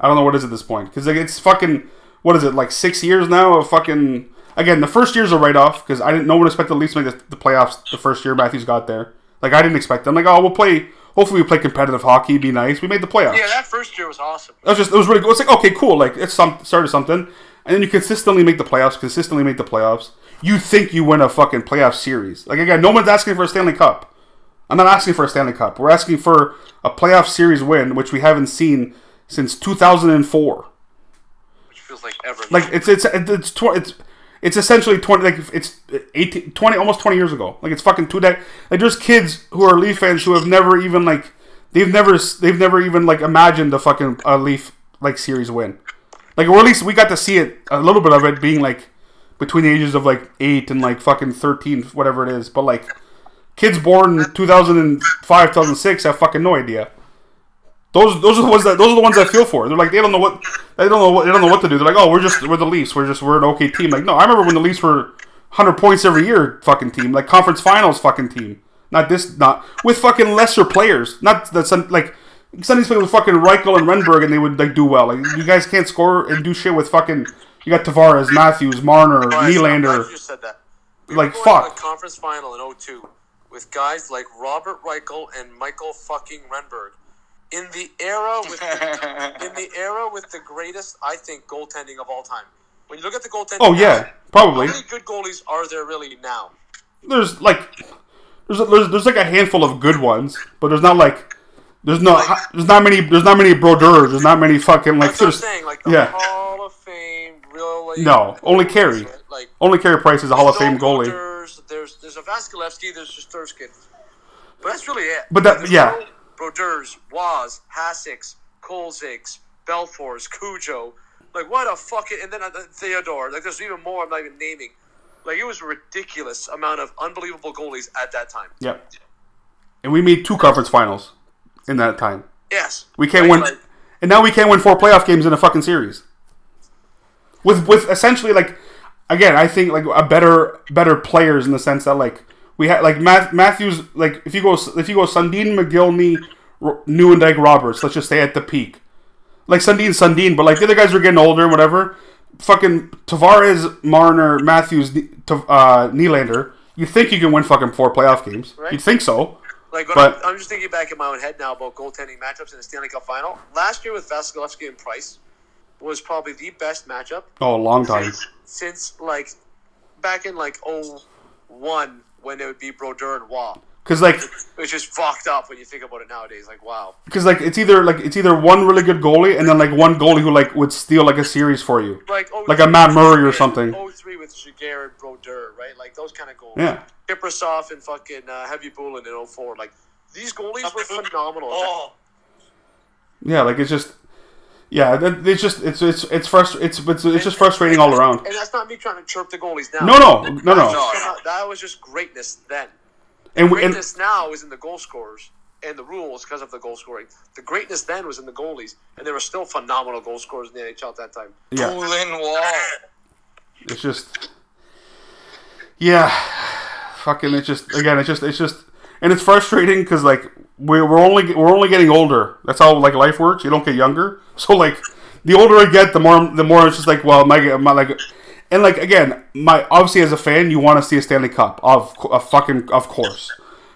[SPEAKER 3] I don't know what it is at this point because like, it's fucking what is it like six years now of fucking again the first year's a write off because I didn't no one expected the Leafs to make the, the playoffs the first year Matthews got there. Like I didn't expect them. Like oh we'll play hopefully we play competitive hockey be nice we made the playoffs
[SPEAKER 5] Yeah, that first year was awesome.
[SPEAKER 3] that was just it was really cool. It's like okay, cool, like it's some started something, and then you consistently make the playoffs, consistently make the playoffs. You think you win a fucking playoff series? Like again, no one's asking for a Stanley Cup. I'm not asking for a Stanley Cup. We're asking for a playoff series win, which we haven't seen since 2004.
[SPEAKER 5] Which feels like ever.
[SPEAKER 3] Like it's it's it's tw- it's it's essentially 20 like it's 18 20 almost 20 years ago. Like it's fucking two decades. Like there's kids who are Leaf fans who have never even like they've never they've never even like imagined a fucking a Leaf like series win. Like or at least we got to see it a little bit of it being like between the ages of like 8 and like fucking 13 whatever it is. But like kids born in 2005 2006 have fucking no idea. Those those are the ones that those are the ones I feel for. They're like they don't know what they don't know what they don't know what to do. They're like, oh, we're just we're the Leafs. We're just we're an okay team. Like no, I remember when the Leafs were hundred points every year, fucking team, like conference finals, fucking team. Not this, not with fucking lesser players. Not that's like Sunday's playing with fucking Reichel and Renberg, and they would like do well. Like you guys can't score and do shit with fucking. You got Tavares, Matthews, Marner,
[SPEAKER 5] Guys, I'm glad
[SPEAKER 3] Nylander.
[SPEAKER 5] You just said that. We
[SPEAKER 3] Like,
[SPEAKER 5] were going to
[SPEAKER 3] fuck.
[SPEAKER 5] the conference final in 02 with guys like Robert Reichel and Michael fucking Renberg. In the era with the, in the era with the greatest, I think, goaltending of all time. When you look at the goaltending,
[SPEAKER 3] Oh
[SPEAKER 5] now,
[SPEAKER 3] yeah,
[SPEAKER 5] how
[SPEAKER 3] probably.
[SPEAKER 5] many good goalies are there really now?
[SPEAKER 3] there's like there's, there's there's like a handful of good ones, but there's not like There's not there's not many there's not many brodeurs. There's not many fucking like
[SPEAKER 5] That's what I'm
[SPEAKER 3] there's
[SPEAKER 5] saying. Like the
[SPEAKER 3] yeah.
[SPEAKER 5] Hall of Fame, really.
[SPEAKER 3] No, only Carey.
[SPEAKER 5] Like
[SPEAKER 3] only Carey Price is a Hall of
[SPEAKER 5] Bill
[SPEAKER 3] Fame goalie.
[SPEAKER 5] Rogers, There's there's a Vasilevsky. There's just Thurskin. But that's really it.
[SPEAKER 3] But that-
[SPEAKER 5] There's
[SPEAKER 3] yeah.
[SPEAKER 5] no Brodeurs, Waz, Hassiks, Kolzigs, Belfors, Cujo. Like what a fucking and then uh, Theodore. Like there's even more. I'm not even naming. Like it was a ridiculous amount of unbelievable goalies at that time.
[SPEAKER 3] Yeah. And we made two conference finals in that time.
[SPEAKER 5] Yes,
[SPEAKER 3] We can't
[SPEAKER 5] Like-
[SPEAKER 3] win,
[SPEAKER 5] like-
[SPEAKER 3] and now we can't win four playoff games in a fucking series. With with essentially like, again, I think like a better better players in the sense that like we had like Math- Matthews like if you go if you go Sundin McGillney R- Newendike Roberts let's just stay at the peak, like Sundin Sundin but like the other guys are getting older and whatever. Fucking Tavares Marner Matthews N- Tav- uh, Nylander. You think you can win fucking four playoff games? You'd think so.
[SPEAKER 5] Like, but,
[SPEAKER 3] But-
[SPEAKER 5] I'm, I'm just thinking back in my own head now about goaltending matchups in the Stanley Cup Final. Last year with Vasilevsky and Price was probably the best matchup
[SPEAKER 3] Oh, a long time.
[SPEAKER 5] since like back in like 01 when it would be Brodeur and Waugh.
[SPEAKER 3] Because like
[SPEAKER 5] It's just fucked up when you think about it nowadays. Like, wow,
[SPEAKER 3] because like it's either like it's either one really good goalie and then like one goalie who like would steal like a series for you,
[SPEAKER 5] like oh,
[SPEAKER 3] like a Matt Murray or something.
[SPEAKER 5] Oh three with Shiger and Brodeur, right? Like those kind of goals.
[SPEAKER 3] Yeah,
[SPEAKER 5] Kiprasov and fucking uh, Heavy Bulin in 04. Like these goalies were phenomenal.
[SPEAKER 4] Oh,
[SPEAKER 3] yeah, like it's just yeah, that- it's just it's it's it's frust- it's it's, it's just frustrating all around.
[SPEAKER 5] And that's not me trying to chirp the goalies now.
[SPEAKER 3] No, no, no, no,
[SPEAKER 4] no, no.
[SPEAKER 5] That was just greatness then.
[SPEAKER 3] and we, and
[SPEAKER 5] Greatness now is in the goal scorers and the rules because of the goal scoring. The greatness then was in the goalies, and there were still phenomenal goal scorers in the NHL at that time.
[SPEAKER 3] yeah,
[SPEAKER 4] Poulin Wall.
[SPEAKER 3] it's just yeah, fucking it's just again it's just it's just and it's frustrating because like we're, we're only we're only getting older. That's how like life works. You don't get younger, so like the older I get, the more the more it's just like well my my like. And like again, my obviously as a fan, you want to see a Stanley Cup, of a fucking of course.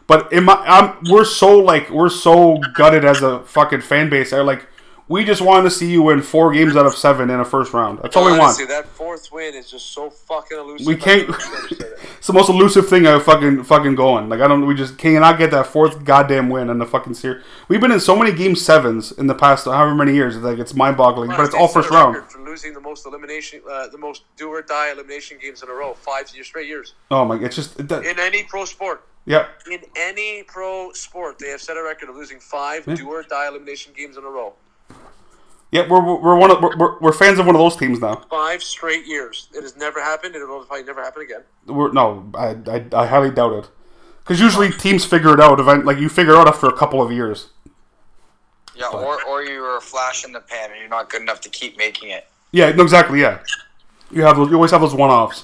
[SPEAKER 3] But in my, I'm, we're so like we're so gutted as a fucking fan base. They're like, we just want to see you win four games out of seven in a first round. That's all we want.
[SPEAKER 5] Honestly, that fourth win is just so fucking elusive.
[SPEAKER 3] We
[SPEAKER 5] I
[SPEAKER 3] can't.
[SPEAKER 5] don't understand it.
[SPEAKER 3] it's the most elusive thing I've fucking fucking going. Like I don't. We just cannot get that fourth goddamn win in the fucking series. We've been in so many game sevens in the past however many years. It's like it's mind boggling. But it's all
[SPEAKER 5] They set
[SPEAKER 3] first
[SPEAKER 5] a
[SPEAKER 3] round.
[SPEAKER 5] record For losing the most elimination, uh, the most do or die elimination games in a row, five years, straight years
[SPEAKER 3] Oh my! It's just it, that,
[SPEAKER 5] in any pro sport.
[SPEAKER 3] yeah.
[SPEAKER 5] In any pro sport, they have set a record of losing five do or die elimination games in a row.
[SPEAKER 3] Yeah, we're, we're we're one of we're- we're, we're fans of one of those teams now.
[SPEAKER 5] Five straight years. It has never happened, and it will probably never happen again.
[SPEAKER 3] We're, no, I, I, I highly doubt it. Because usually teams figure it out. Event like you figure it out after a couple of years.
[SPEAKER 4] Yeah, or, or you were a flash in the pan and you're not good enough to keep making it.
[SPEAKER 3] Yeah, no, exactly. Yeah, you have you always have those one offs.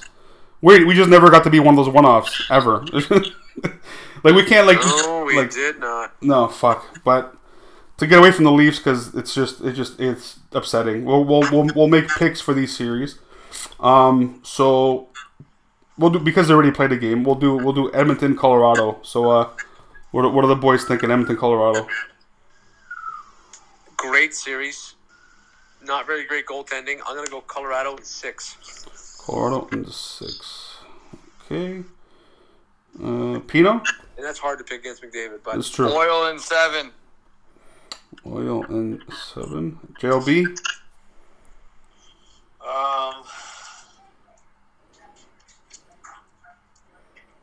[SPEAKER 3] We we just never got to be one of those one offs ever. like we can't like
[SPEAKER 5] No, we
[SPEAKER 3] like
[SPEAKER 5] did not.
[SPEAKER 3] no fuck. But to get away from the Leafs because it's just it just it's upsetting. We'll we'll we'll, we'll make picks for these series. Um, so we'll do because they already played a game. We'll do we'll do Edmonton, Colorado. So uh, what are- what are the boys thinking? Edmonton, Colorado.
[SPEAKER 5] Great series. Not very great goaltending. I'm gonna go Colorado in six.
[SPEAKER 3] Colorado in the six. Okay. Uh, Pino.
[SPEAKER 5] And that's hard to pick against McDavid, but
[SPEAKER 3] That's true.
[SPEAKER 4] Oil in seven.
[SPEAKER 3] Oil and seven. JLB.
[SPEAKER 2] Um,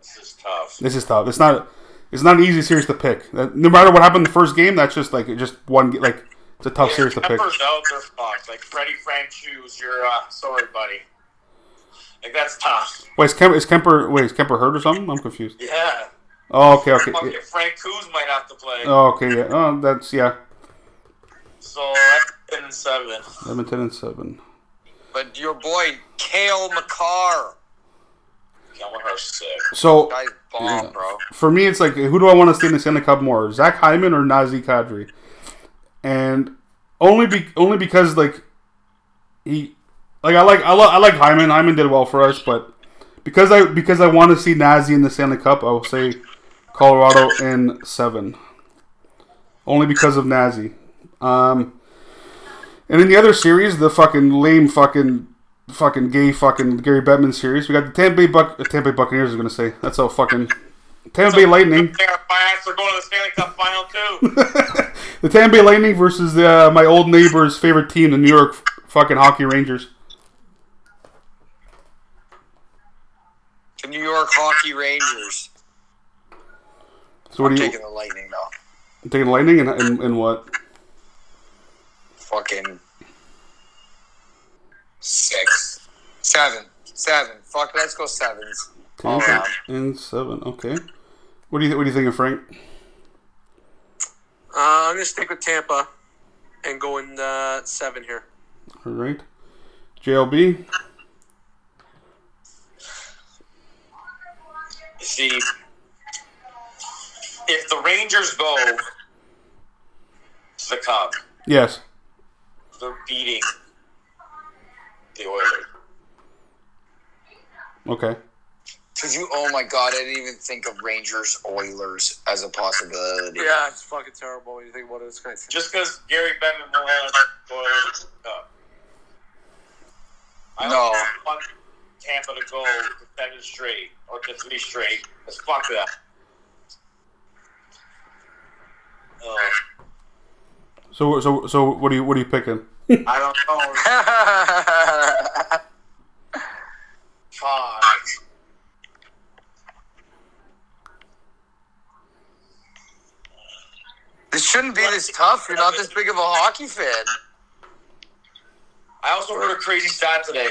[SPEAKER 2] this is tough.
[SPEAKER 3] This is tough. It's not. It's not an easy series to pick. That- No matter what happened in the first game, that's just like just one. Like it's a tough series to pick.
[SPEAKER 2] Peppers out their fucked. Like Freddie Franchu's, you're uh, sorry, buddy. Like that's tough.
[SPEAKER 3] Wait, is Kemper? Is Kemper wait, is Kemper hurt or something? I'm confused.
[SPEAKER 2] Yeah.
[SPEAKER 3] Oh, okay, okay,
[SPEAKER 2] Fucking Frank Coos might have to play.
[SPEAKER 3] oh, okay. Yeah. Oh, that's yeah.
[SPEAKER 2] So that's ten and seven.
[SPEAKER 3] Edmonton and seven.
[SPEAKER 4] But your boy, Kale McCarr.
[SPEAKER 2] Someone are sick.
[SPEAKER 3] So
[SPEAKER 4] Guy's bomb, bro.
[SPEAKER 3] for me, it's like who do I want to see in the Stanley Cup more, Zach Hyman or Nazi Kadri? And only be only because like he like I like I, lo- I like Hyman. Hyman did well for us, but because I because I want to see Nazi in the Stanley Cup, I will say Colorado in seven. Only because of Nazi. Um, and in the other series, the fucking lame fucking fucking gay fucking Gary Bettman series, we got the Tampa Bay Buck Tampa Bay Buccaneers. I was gonna say that's how fucking Tampa Bay Lightning.
[SPEAKER 2] My ass are going to the Stanley Cup final too.
[SPEAKER 3] The Tampa Bay Lightning versus uh, my old neighbor's favorite team, the New York fucking Hockey Rangers.
[SPEAKER 4] The New York Hockey Rangers.
[SPEAKER 3] So what are you
[SPEAKER 4] Taking the Lightning though.
[SPEAKER 3] taking the Lightning and, and, and what?
[SPEAKER 4] Fucking six, seven, seven. Fuck, let's go sevens. All
[SPEAKER 3] Tampa
[SPEAKER 4] around.
[SPEAKER 3] and seven. Okay. What do you what do you think of Frank?
[SPEAKER 5] Uh, I'm gonna stick with Tampa and go in uh, seven here.
[SPEAKER 3] All right. JLB.
[SPEAKER 2] You See, if the Rangers go to the Cup,
[SPEAKER 3] Yes.
[SPEAKER 2] they're beating the Oilers.
[SPEAKER 3] Okay.
[SPEAKER 4] Could you? Oh my god, I didn't even think of Rangers Oilers as a possibility.
[SPEAKER 5] Yeah, it's fucking terrible when you think about it. It's kind of
[SPEAKER 2] Just because Gary Bettman won the Oilers Cup. I
[SPEAKER 4] No.
[SPEAKER 2] don't want Tampa to go to seven straight or to three straight. Let's fuck that. Uh,
[SPEAKER 3] So so so what do you what are you picking?
[SPEAKER 2] I don't know. Todd.
[SPEAKER 4] this shouldn't be this tough. You're not this big of a hockey fan.
[SPEAKER 2] I also heard a crazy stat today.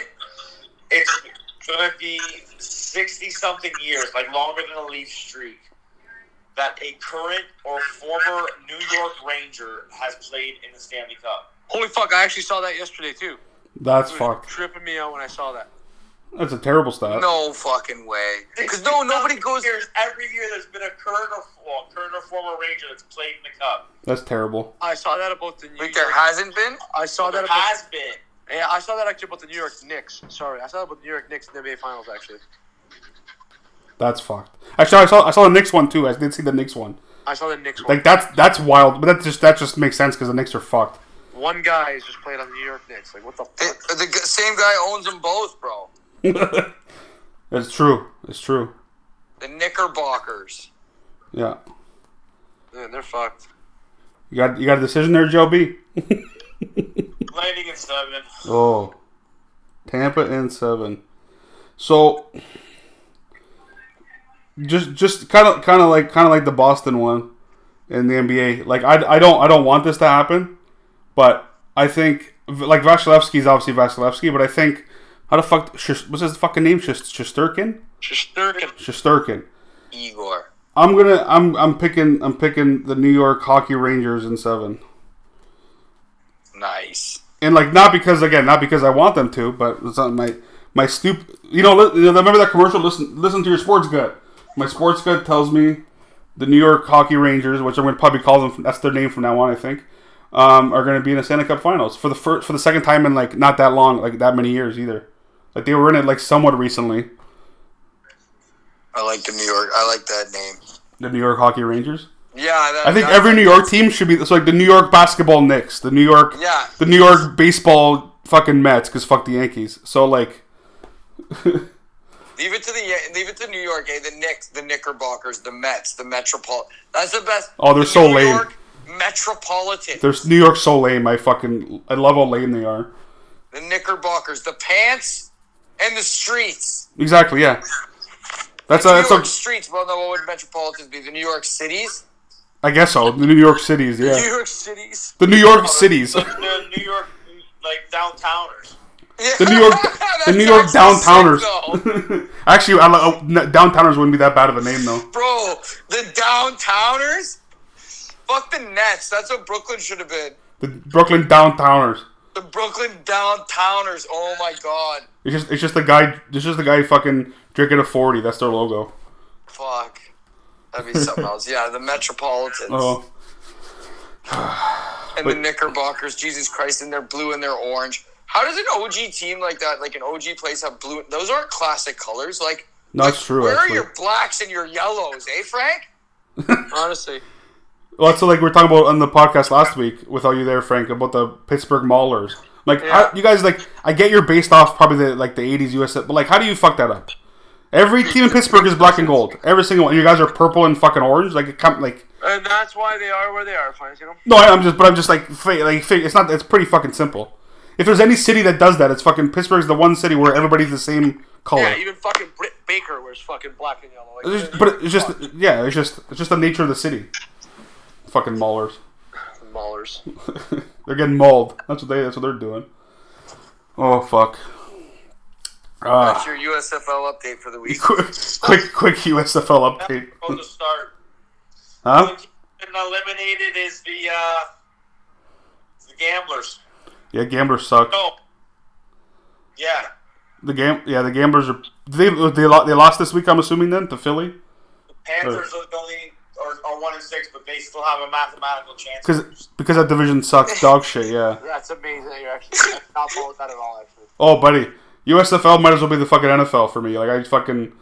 [SPEAKER 2] It's gonna be sixty something years, like longer than a Leaf streak, that a current or former New York Ranger has played in the Stanley Cup.
[SPEAKER 5] Holy fuck! I actually saw that yesterday too.
[SPEAKER 3] That's
[SPEAKER 5] It was
[SPEAKER 3] fucked.
[SPEAKER 5] tripping me out when I saw that.
[SPEAKER 3] That's a terrible stat.
[SPEAKER 4] No fucking way. Because no, nobody
[SPEAKER 2] 60
[SPEAKER 4] goes.
[SPEAKER 2] Years, every year, there's been a current or well, current or former Ranger that's played in the Cup.
[SPEAKER 3] That's terrible.
[SPEAKER 5] I saw that about the New
[SPEAKER 4] Like there
[SPEAKER 5] York.
[SPEAKER 4] hasn't been.
[SPEAKER 5] I
[SPEAKER 4] Oh,
[SPEAKER 5] saw that
[SPEAKER 2] There
[SPEAKER 5] about.
[SPEAKER 2] has been.
[SPEAKER 5] Yeah, I saw that actually about the New York Knicks. Sorry, I saw that about the New York Knicks in the NBA Finals actually.
[SPEAKER 3] That's fucked. Actually, I saw I saw the Knicks one too. I did see the Knicks one.
[SPEAKER 5] I saw the Knicks one.
[SPEAKER 3] Like that's that's wild, but that just that just makes sense because the Knicks are fucked.
[SPEAKER 5] One guy is just played on the New York Knicks. Like what the
[SPEAKER 4] The,
[SPEAKER 5] fuck?
[SPEAKER 4] the g- same guy owns them both, bro.
[SPEAKER 3] It's true. It's true.
[SPEAKER 4] The Knickerbockers.
[SPEAKER 3] Yeah.
[SPEAKER 5] Man, they're fucked.
[SPEAKER 3] You got you got a decision there, Joe B.
[SPEAKER 2] Landing in seven.
[SPEAKER 3] Oh, Tampa and seven. So just just kind of kind of like kind of like the Boston one in the NBA. Like I, I don't I don't want this to happen, but I think like Vasilevsky's obviously Vasilevsky, but I think how the fuck Shis- what's his fucking name? Shis- Shisterkin?
[SPEAKER 5] Shesterkin.
[SPEAKER 3] Shisterkin.
[SPEAKER 4] Igor.
[SPEAKER 3] I'm gonna I'm I'm picking I'm picking the New York Hockey Rangers in seven.
[SPEAKER 4] Nice.
[SPEAKER 3] and like not because again not because I want them to, but it's not my my stupid. You know, li- you know, remember that commercial? Listen, listen to your sports gut. My sports gut tells me the New York Hockey Rangers, which I'm going to probably call them. That's their name from now on, I think. Um, are going to be in the Stanley Cup Finals for the first for the second time in like not that long, like that many years either. Like they were in it like somewhat recently.
[SPEAKER 4] I like the New York. I like that name.
[SPEAKER 3] The New York Hockey Rangers.
[SPEAKER 4] Yeah. That,
[SPEAKER 3] I think
[SPEAKER 4] that's-
[SPEAKER 3] every New York team should be. It's like the New York basketball Knicks, the New York,
[SPEAKER 4] Yeah.
[SPEAKER 3] the New York baseball fucking Mets, because fuck the Yankees. So like,
[SPEAKER 4] Leave it to the leave it to New York. Eh? The Knicks, the Knickerbockers, the Mets, the Metropolitan. That's the best.
[SPEAKER 3] Oh, they're
[SPEAKER 4] The
[SPEAKER 3] so
[SPEAKER 4] New
[SPEAKER 3] lame.
[SPEAKER 4] York Metropolitan.
[SPEAKER 3] There's New York so lame. I fucking I love how lame they are.
[SPEAKER 4] the Knickerbockers, the pants, and the streets.
[SPEAKER 3] Exactly. Yeah. That's a,
[SPEAKER 4] New
[SPEAKER 3] that's
[SPEAKER 4] York
[SPEAKER 3] a,
[SPEAKER 4] streets. Well, no, what would metropolitans be? The New York cities.
[SPEAKER 3] I guess so. The New York cities.
[SPEAKER 5] New
[SPEAKER 3] Yeah.
[SPEAKER 5] York cities.
[SPEAKER 3] The New York cities.
[SPEAKER 2] The New York like downtowners.
[SPEAKER 4] Yeah.
[SPEAKER 3] The New York the
[SPEAKER 4] That's
[SPEAKER 3] New York
[SPEAKER 4] actually
[SPEAKER 3] downtowners.
[SPEAKER 4] sick, though.
[SPEAKER 3] Actually, I lo- oh, n- downtowners wouldn't be that bad of a name though.
[SPEAKER 4] Bro, the downtowners? Fuck the Nets. That's what Brooklyn should have been.
[SPEAKER 3] The Brooklyn downtowners.
[SPEAKER 4] The Brooklyn downtowners. Oh my god.
[SPEAKER 3] It's just it's just the guy. It's just the guy fucking drinking a forty. That's their logo.
[SPEAKER 4] Fuck. That'd be something else. Yeah, the Metropolitans.
[SPEAKER 3] Oh,
[SPEAKER 4] and the Knickerbockers. Jesus Christ. And they're blue and they're orange. How does an OG team like that, like an OG place, have blue? Those aren't classic colors. Like,
[SPEAKER 3] no, that's true.
[SPEAKER 4] where
[SPEAKER 3] Actually.
[SPEAKER 4] are your blacks and your yellows, eh, Frank?
[SPEAKER 5] Honestly,
[SPEAKER 3] Well, that's like we were talking about on the podcast last week without you there, Frank, about the Pittsburgh Maulers. Like,
[SPEAKER 5] Yeah.
[SPEAKER 3] how, you guys, like, I get you're based off probably the like the '80s USA, but like, how do you fuck that up? Every team in Pittsburgh is black and gold. Every single one. You guys are purple and fucking orange. Like it come like
[SPEAKER 5] And that's why they are where they are, fans, you know?
[SPEAKER 3] no, I- I'm just but I'm just like fa- like fa- it's not. It's pretty fucking simple. If there's any city that does that, it's fucking Pittsburgh's the one city where everybody's the same color.
[SPEAKER 5] Yeah, even fucking Britt Baker wears fucking black and yellow. Like,
[SPEAKER 3] It's just- but it's just yeah, it's just it's just the nature of the city. Fucking maulers.
[SPEAKER 5] Maulers.
[SPEAKER 3] They're getting mauled. That's what they. That's what they're doing. Oh fuck. Uh,
[SPEAKER 4] That's your USFL update for the week.
[SPEAKER 3] Quick, quick, quick USFL update.
[SPEAKER 2] supposed to start.
[SPEAKER 4] Oh.
[SPEAKER 3] Huh?
[SPEAKER 2] And eliminated is the uh, the gamblers.
[SPEAKER 3] Yeah, gamblers suck.
[SPEAKER 2] No. Yeah.
[SPEAKER 3] The game. Yeah, the gamblers are. They they lo- they lost this week. I'm assuming then to Philly
[SPEAKER 2] Panthers
[SPEAKER 4] Oh.
[SPEAKER 2] are the only are, are one and six, but they still have a mathematical chance.
[SPEAKER 3] because because that division sucks dog shit. Yeah.
[SPEAKER 5] That's amazing that you're actually not bold with that at all, actually.
[SPEAKER 3] Oh, buddy, USFL might as well be the fucking NFL for me. Like I fucking,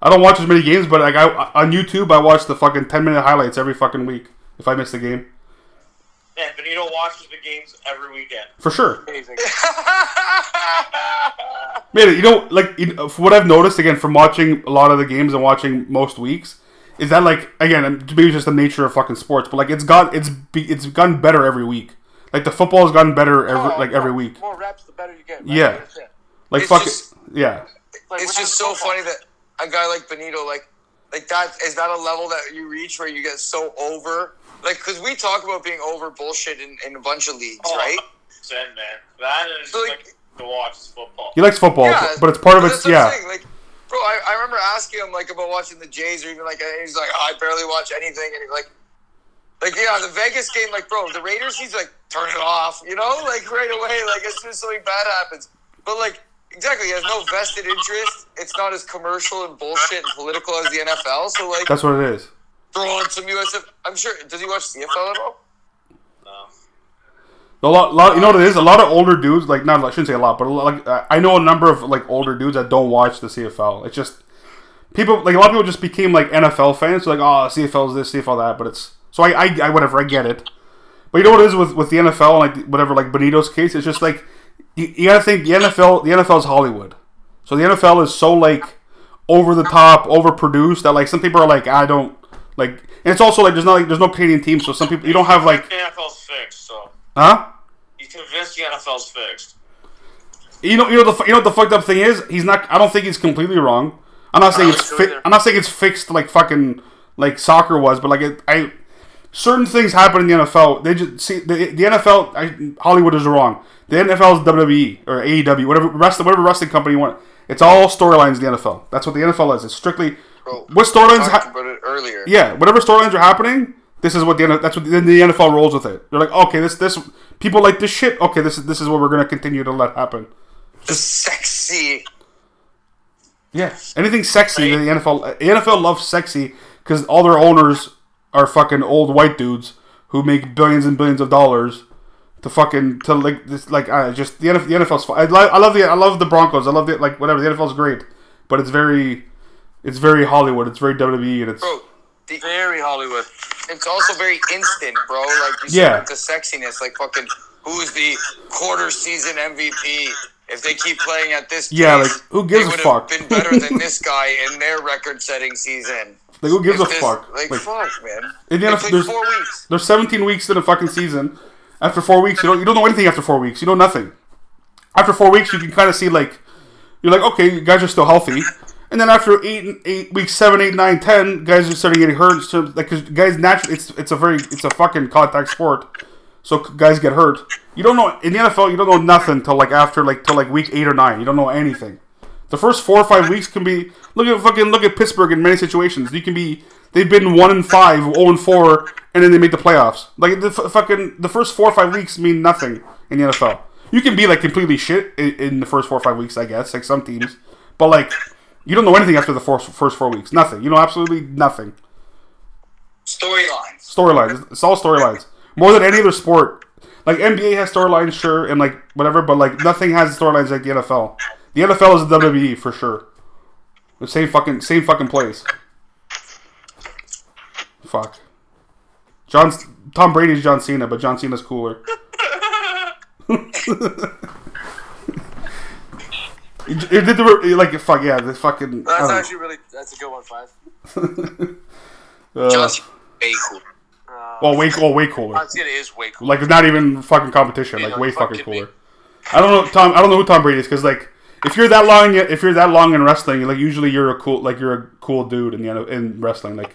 [SPEAKER 3] I don't watch as many games, but like I on YouTube, I watch the fucking ten minute highlights every fucking week. If I miss the game,
[SPEAKER 2] And Benito watches the games every weekend.
[SPEAKER 3] for sure.
[SPEAKER 5] Amazing.
[SPEAKER 3] Man, you know, like you know, from what I've noticed again from watching a lot of the games and watching most weeks is that like again um, maybe it's just the nature of fucking sports, but like it's got it's be- it's gotten better every week. Like the football's gotten better every
[SPEAKER 5] Oh,
[SPEAKER 3] like every
[SPEAKER 5] yeah.
[SPEAKER 3] week.
[SPEAKER 5] More reps, the better you get. Right?
[SPEAKER 3] Yeah.
[SPEAKER 5] That's it.
[SPEAKER 3] Like
[SPEAKER 4] It's
[SPEAKER 3] fuck
[SPEAKER 4] just-
[SPEAKER 3] it. yeah.
[SPEAKER 5] Like,
[SPEAKER 4] It's
[SPEAKER 5] we're
[SPEAKER 4] just so
[SPEAKER 5] not-
[SPEAKER 4] funny that a guy like Benito, like, like that is that a level that you reach where you get so over? Like, because we talk about being over bullshit in, in a bunch of leagues,
[SPEAKER 2] Oh,
[SPEAKER 4] right?
[SPEAKER 2] Send man, that is
[SPEAKER 4] So,
[SPEAKER 2] like,
[SPEAKER 4] like-
[SPEAKER 2] to watch is football.
[SPEAKER 3] He likes football,
[SPEAKER 4] Yeah,
[SPEAKER 3] but it's part of
[SPEAKER 4] that's
[SPEAKER 3] its
[SPEAKER 4] what I'm
[SPEAKER 3] yeah.
[SPEAKER 4] saying, Like, bro, I, I remember asking him like about watching the Jays or even like and he's like, oh, I barely watch anything, and he's like, like yeah, the Vegas game, like bro, the Raiders, he's like, turn it off, you know, like right away, like as soon as something bad happens, but like. Exactly, he has no vested interest. It's not as commercial and bullshit and political as the NFL. So, like,
[SPEAKER 3] That's what it is.
[SPEAKER 4] throw on some USF. I'm sure. Does he watch CFL at all?
[SPEAKER 3] A
[SPEAKER 2] No.
[SPEAKER 3] lot, lot, you know what it is? A lot of older dudes, like not, I shouldn't say a lot, but a lot- like I- I know a number of like older dudes that don't watch the CFL. It's just people, like a lot of people, just became like NFL fans. So like, oh, CFL is this, CFL that, but it's so I, I, I whatever, I get it. But you know what it is with with the NFL, and like whatever, like Benito's case, it's just like you, you gotta think the NFL, the NFL is Hollywood, so the NFL is so like over the top, overproduced that like some people are like, I don't like, and it's also like there's not like there's no Canadian team, so some people you don't have like,
[SPEAKER 2] The NFL's fixed, so
[SPEAKER 3] huh?
[SPEAKER 2] he's convinced the NFL's fixed.
[SPEAKER 3] You know, you know the fu- you know what the fucked up thing is. He's not. I don't think he's completely wrong. I'm not saying
[SPEAKER 5] don't
[SPEAKER 3] it's.
[SPEAKER 5] think so
[SPEAKER 3] Fi-
[SPEAKER 5] either.
[SPEAKER 3] I'm not saying it's fixed like fucking like soccer was, but like it, I, certain things happen in the NFL. They just see the, the NFL. I, Hollywood is wrong. The NFL is WWE or AEW, whatever wrestling, whatever wrestling company you want. It's all storylines. in The NFL. That's what the NFL is. It's strictly
[SPEAKER 4] Bro,
[SPEAKER 3] what storylines.
[SPEAKER 4] Talked
[SPEAKER 3] Ha-
[SPEAKER 4] about it earlier.
[SPEAKER 3] yeah, whatever storylines are happening, this is what the N- that's what then the NFL rolls with it. They're like, okay, this this people like this shit. Okay, this is this is what we're gonna continue to let happen.
[SPEAKER 4] The sexy.
[SPEAKER 3] Yeah, anything sexy. The NFL, the NFL loves sexy because all their owners are fucking old white dudes who make billions and billions of dollars to fucking to like this like I just the NFL, the NFL's. fu- I, li- I love the I love the Broncos. I love the like whatever. The NFL's great, but it's very it's very Hollywood. It's very WWE, and it's
[SPEAKER 4] Bro, the,
[SPEAKER 5] Very Hollywood.
[SPEAKER 4] it's also very instant, bro. Like you said,
[SPEAKER 3] Yeah.
[SPEAKER 4] with the sexiness, like fucking who's the quarter season MVP? If they keep playing at this,
[SPEAKER 3] Yeah,
[SPEAKER 4] pace,
[SPEAKER 3] like, who gives
[SPEAKER 4] they
[SPEAKER 3] a
[SPEAKER 4] would've
[SPEAKER 3] fuck?
[SPEAKER 4] Been better than this guy in their record-setting season.
[SPEAKER 3] like who gives a
[SPEAKER 4] If this-
[SPEAKER 3] fuck?
[SPEAKER 4] Like,
[SPEAKER 3] Like,
[SPEAKER 4] fuck, man.
[SPEAKER 3] In the
[SPEAKER 4] They
[SPEAKER 3] NFL
[SPEAKER 4] played
[SPEAKER 3] there's-
[SPEAKER 4] four weeks.
[SPEAKER 3] There's 17 weeks in a fucking season. After four weeks, you don't you don't know anything. After four weeks, you know nothing. After four weeks, you can kind of see like you're like okay, you guys are still healthy. And then after eight and eight weeks, seven, eight, nine, ten, guys are starting getting hurt. So, like 'cause guys naturally, it's it's a very it's a fucking contact sport. So c- guys get hurt. You don't know in the NFL. You don't know nothing till like after like till like week eight or nine. You don't know anything. The first four or five weeks can be look at fucking look at Pittsburgh in many situations. You can be they've been one and five, zero and four, and then they make the playoffs. Like the f- fucking the first four or five weeks mean nothing in the NFL. You can be like completely shit in, in the first four or five weeks, I guess, like some teams, but like you don't know anything after the first first four weeks. Nothing. You know absolutely nothing.
[SPEAKER 4] Storylines.
[SPEAKER 3] Storylines. It's all storylines more than any other sport. Like NBA has storylines, sure, and like whatever, but like nothing has storylines like the NFL. The NFL is the WWE for sure. The same fucking same fucking place. Fuck. John's Tom Brady's John Cena, but John Cena's cooler. It it did the re- like fuck yeah, this fucking. I
[SPEAKER 6] That's
[SPEAKER 3] don't know.
[SPEAKER 6] actually really that's a good one, five.
[SPEAKER 3] Uh,
[SPEAKER 4] John Cena way cool.
[SPEAKER 3] well, way well, way cooler.
[SPEAKER 6] John Cena is way cool.
[SPEAKER 3] Like it's not even fucking competition. Like
[SPEAKER 6] Yeah,
[SPEAKER 3] way
[SPEAKER 6] you fucking
[SPEAKER 3] fucking
[SPEAKER 6] kidding
[SPEAKER 3] cooler. I don't know Tom. I don't know who Tom Brady is because like if you're that long, if you're that long in wrestling, like usually you're a cool, like you're a cool dude in the end of- in wrestling. Like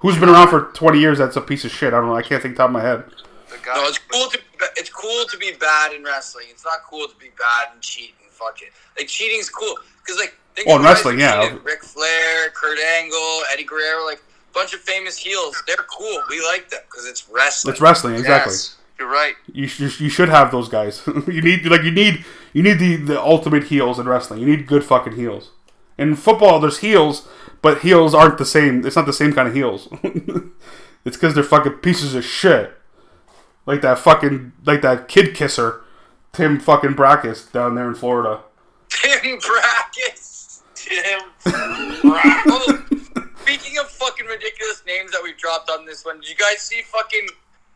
[SPEAKER 3] who's been around for twenty years? That's a piece of shit. I don't know. I can't think top of my head.
[SPEAKER 6] The guy,
[SPEAKER 4] No, it's cool to it's cool to be bad in wrestling. It's not cool to be bad and cheat and fuck it. Like cheating's cool because like think
[SPEAKER 3] Well,
[SPEAKER 4] of
[SPEAKER 3] in
[SPEAKER 4] guys
[SPEAKER 3] wrestling,
[SPEAKER 4] who
[SPEAKER 3] yeah.
[SPEAKER 4] cheated. Ric Flair, Kurt Angle, Eddie Guerrero, like a bunch of famous heels. They're cool. We like them because it's wrestling.
[SPEAKER 3] It's wrestling, exactly.
[SPEAKER 4] Yes, you're right.
[SPEAKER 3] You, sh- you, sh- you should have those guys. you need like you need you need the, the ultimate heels in wrestling. You need good fucking heels. In football, there's heels, but heels aren't the same. It's not the same kind of heels. it's because they're fucking pieces of shit. Like that fucking like that kid kisser, Tim fucking Brackus down there in Florida.
[SPEAKER 4] Tim Brackus. Tim Brackus. Speaking of fucking ridiculous names that we've dropped on this one, did you guys see fucking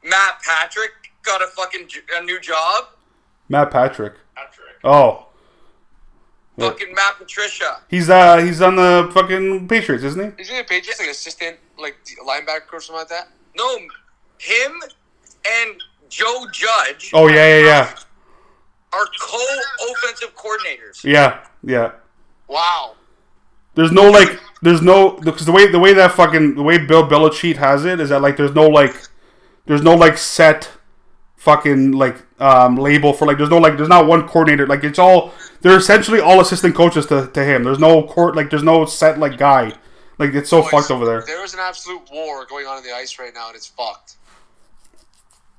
[SPEAKER 4] Matt Patrick got a fucking j- a new job?
[SPEAKER 3] Matt Patrick.
[SPEAKER 2] Patrick.
[SPEAKER 3] Oh,
[SPEAKER 4] Fucking Matt Patricia.
[SPEAKER 3] he's uh he's on the fucking Patriots, isn't he?
[SPEAKER 5] Isn't it Patriots like assistant, like linebacker or something like that?
[SPEAKER 4] No, him and Joe Judge
[SPEAKER 3] Oh yeah yeah yeah
[SPEAKER 4] are co-offensive coordinators.
[SPEAKER 3] yeah yeah.
[SPEAKER 5] Wow.
[SPEAKER 3] There's no like, there's no because the way the way that fucking the way Bill Belichick has it is that like there's no like, there's no like set fucking like um label for like there's no like there's not one coordinator like it's all they're essentially all assistant coaches to, to him there's no court like there's no set like guy like it's so fucked over there
[SPEAKER 5] There is an absolute war going on in the ice right now, and it's fucked.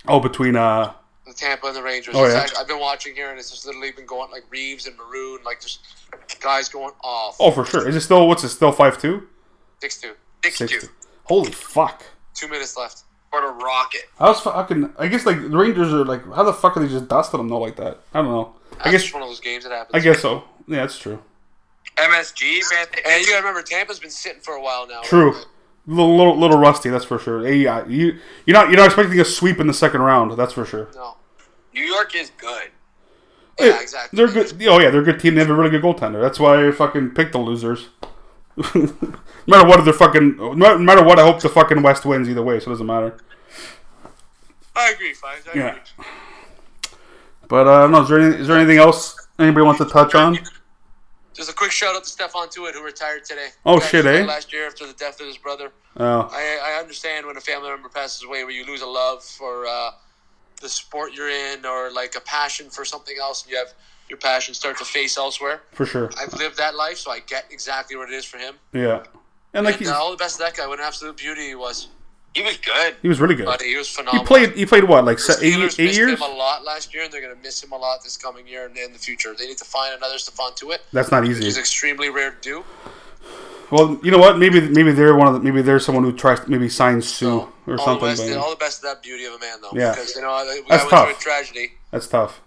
[SPEAKER 3] oh between uh
[SPEAKER 5] The Tampa and the Rangers.
[SPEAKER 3] Oh,
[SPEAKER 5] It's
[SPEAKER 3] yeah?
[SPEAKER 5] act- I've been watching here, and it's just literally been going like Reeves and Maroon, like just guys going off.
[SPEAKER 3] oh for sure is it still what's it still five two
[SPEAKER 5] Six two.
[SPEAKER 4] Six two.
[SPEAKER 3] holy fuck
[SPEAKER 5] Two minutes left.
[SPEAKER 4] What a rocket.
[SPEAKER 3] I was fucking I guess like the Rangers are like how the fuck are they just dusting them though like that I don't know I
[SPEAKER 5] That's
[SPEAKER 3] guess
[SPEAKER 5] just one of those games that happens.
[SPEAKER 3] I guess so yeah that's true.
[SPEAKER 4] MSG, man.
[SPEAKER 5] And you gotta remember, Tampa's been sitting for a while now.
[SPEAKER 3] True. Little, little little rusty, that's for sure. Hey, uh, you you're not you're not expecting a sweep in the second round, that's for sure.
[SPEAKER 5] No.
[SPEAKER 4] New York is good.
[SPEAKER 5] Yeah, exactly.
[SPEAKER 3] They're good. Oh yeah, they're a good team. They have a really good goaltender. That's why I fucking pick the losers. no matter what, they're fucking. No no matter what, I hope the fucking West wins either way. So it doesn't matter.
[SPEAKER 5] I agree, Fives. I agree.
[SPEAKER 3] Yeah. But uh, I don't know. Is there, any, is there anything else anybody wants to touch on?
[SPEAKER 5] Just a quick shout out to Stefan Tuitt, who retired today.
[SPEAKER 3] Oh,
[SPEAKER 5] Guy
[SPEAKER 3] shit,
[SPEAKER 5] retired
[SPEAKER 3] eh?
[SPEAKER 5] Last year after the death of his brother.
[SPEAKER 3] Oh,
[SPEAKER 5] I, I understand when a family member passes away, where you lose a love for uh, the sport you're in, or like a passion for something else, and you have your passion start to face elsewhere.
[SPEAKER 3] for sure.
[SPEAKER 5] I've lived that life, so I get exactly what it is for him.
[SPEAKER 3] Yeah, and like
[SPEAKER 5] And,
[SPEAKER 3] he,
[SPEAKER 5] uh, all the best to that guy. What an absolute beauty he was.
[SPEAKER 4] He was good.
[SPEAKER 3] he was really good.
[SPEAKER 5] But he was
[SPEAKER 3] He
[SPEAKER 5] phenomenal.
[SPEAKER 3] played. He played what like
[SPEAKER 5] The
[SPEAKER 3] se- eight,
[SPEAKER 5] Steelers
[SPEAKER 3] eight
[SPEAKER 5] missed
[SPEAKER 3] years.
[SPEAKER 5] him a lot last year, and they're going to miss him a lot this coming year and in the future. They need to find another Stephon Tuitt.
[SPEAKER 3] That's not
[SPEAKER 5] He's
[SPEAKER 3] easy.
[SPEAKER 5] extremely rare to do.
[SPEAKER 3] Well, you know what? Maybe maybe they're one of the, maybe they're someone who tries to maybe sign Sue or
[SPEAKER 5] all, the
[SPEAKER 3] something.
[SPEAKER 5] best,
[SPEAKER 3] but-
[SPEAKER 5] all the best to that beauty of a man, though.
[SPEAKER 3] Yeah.
[SPEAKER 5] Because, you know, I- we
[SPEAKER 3] That's
[SPEAKER 5] went
[SPEAKER 3] tough.
[SPEAKER 5] through a tragedy.
[SPEAKER 3] That's tough.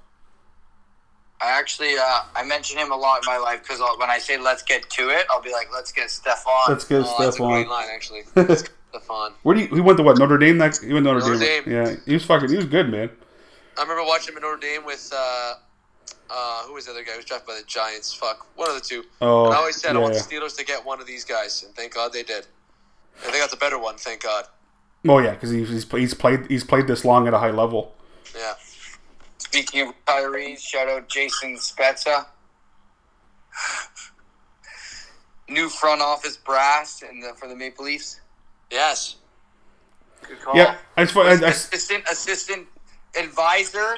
[SPEAKER 4] I actually uh, I mention him a lot in my life because when I say let's get to it, I'll be like let's get Stefan.
[SPEAKER 3] Let's get
[SPEAKER 5] Oh, that's a great
[SPEAKER 3] Stephon.
[SPEAKER 5] line, actually. Stephon.
[SPEAKER 3] Where do you, he went to what Notre Dame? That he went to Notre,
[SPEAKER 5] Notre
[SPEAKER 3] Dame.
[SPEAKER 5] Dame.
[SPEAKER 3] Yeah, he was fucking. He was good, man.
[SPEAKER 5] I remember watching him in Notre Dame with uh, uh, who was the other guy who was drafted by the Giants? Fuck, one of the two.
[SPEAKER 3] Oh,
[SPEAKER 5] and I always said I want the
[SPEAKER 3] yeah.
[SPEAKER 5] Steelers to get one of these guys, and thank God they did. And they got the better one, thank God.
[SPEAKER 3] Oh yeah, because he's, he's he's played he's played this long at a high level.
[SPEAKER 5] Yeah,
[SPEAKER 4] Speaking of retirees, shout out Jason Spezza. New front office brass and the, for the Maple Leafs.
[SPEAKER 5] yes. Good
[SPEAKER 4] Oh.
[SPEAKER 5] call.
[SPEAKER 3] Yeah, I just I, I,
[SPEAKER 4] Assistant, assistant, advisor.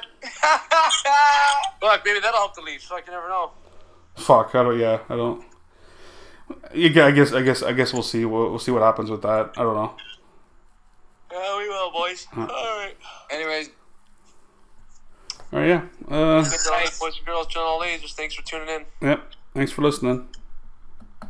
[SPEAKER 5] Look, maybe that'll help the Leafs. Fuck, you never know.
[SPEAKER 3] fuck. I don't. Yeah, I don't. Yeah, I guess I guess I guess we'll see. We'll, we'll see what happens with that. I don't know.
[SPEAKER 5] Yeah, we will, boys. All right.
[SPEAKER 4] Anyways,
[SPEAKER 3] All right. Yeah. Uh,
[SPEAKER 5] Thanks to all the boys and girls, John All Ages. Thanks for tuning in.
[SPEAKER 3] yep. Thanks for listening.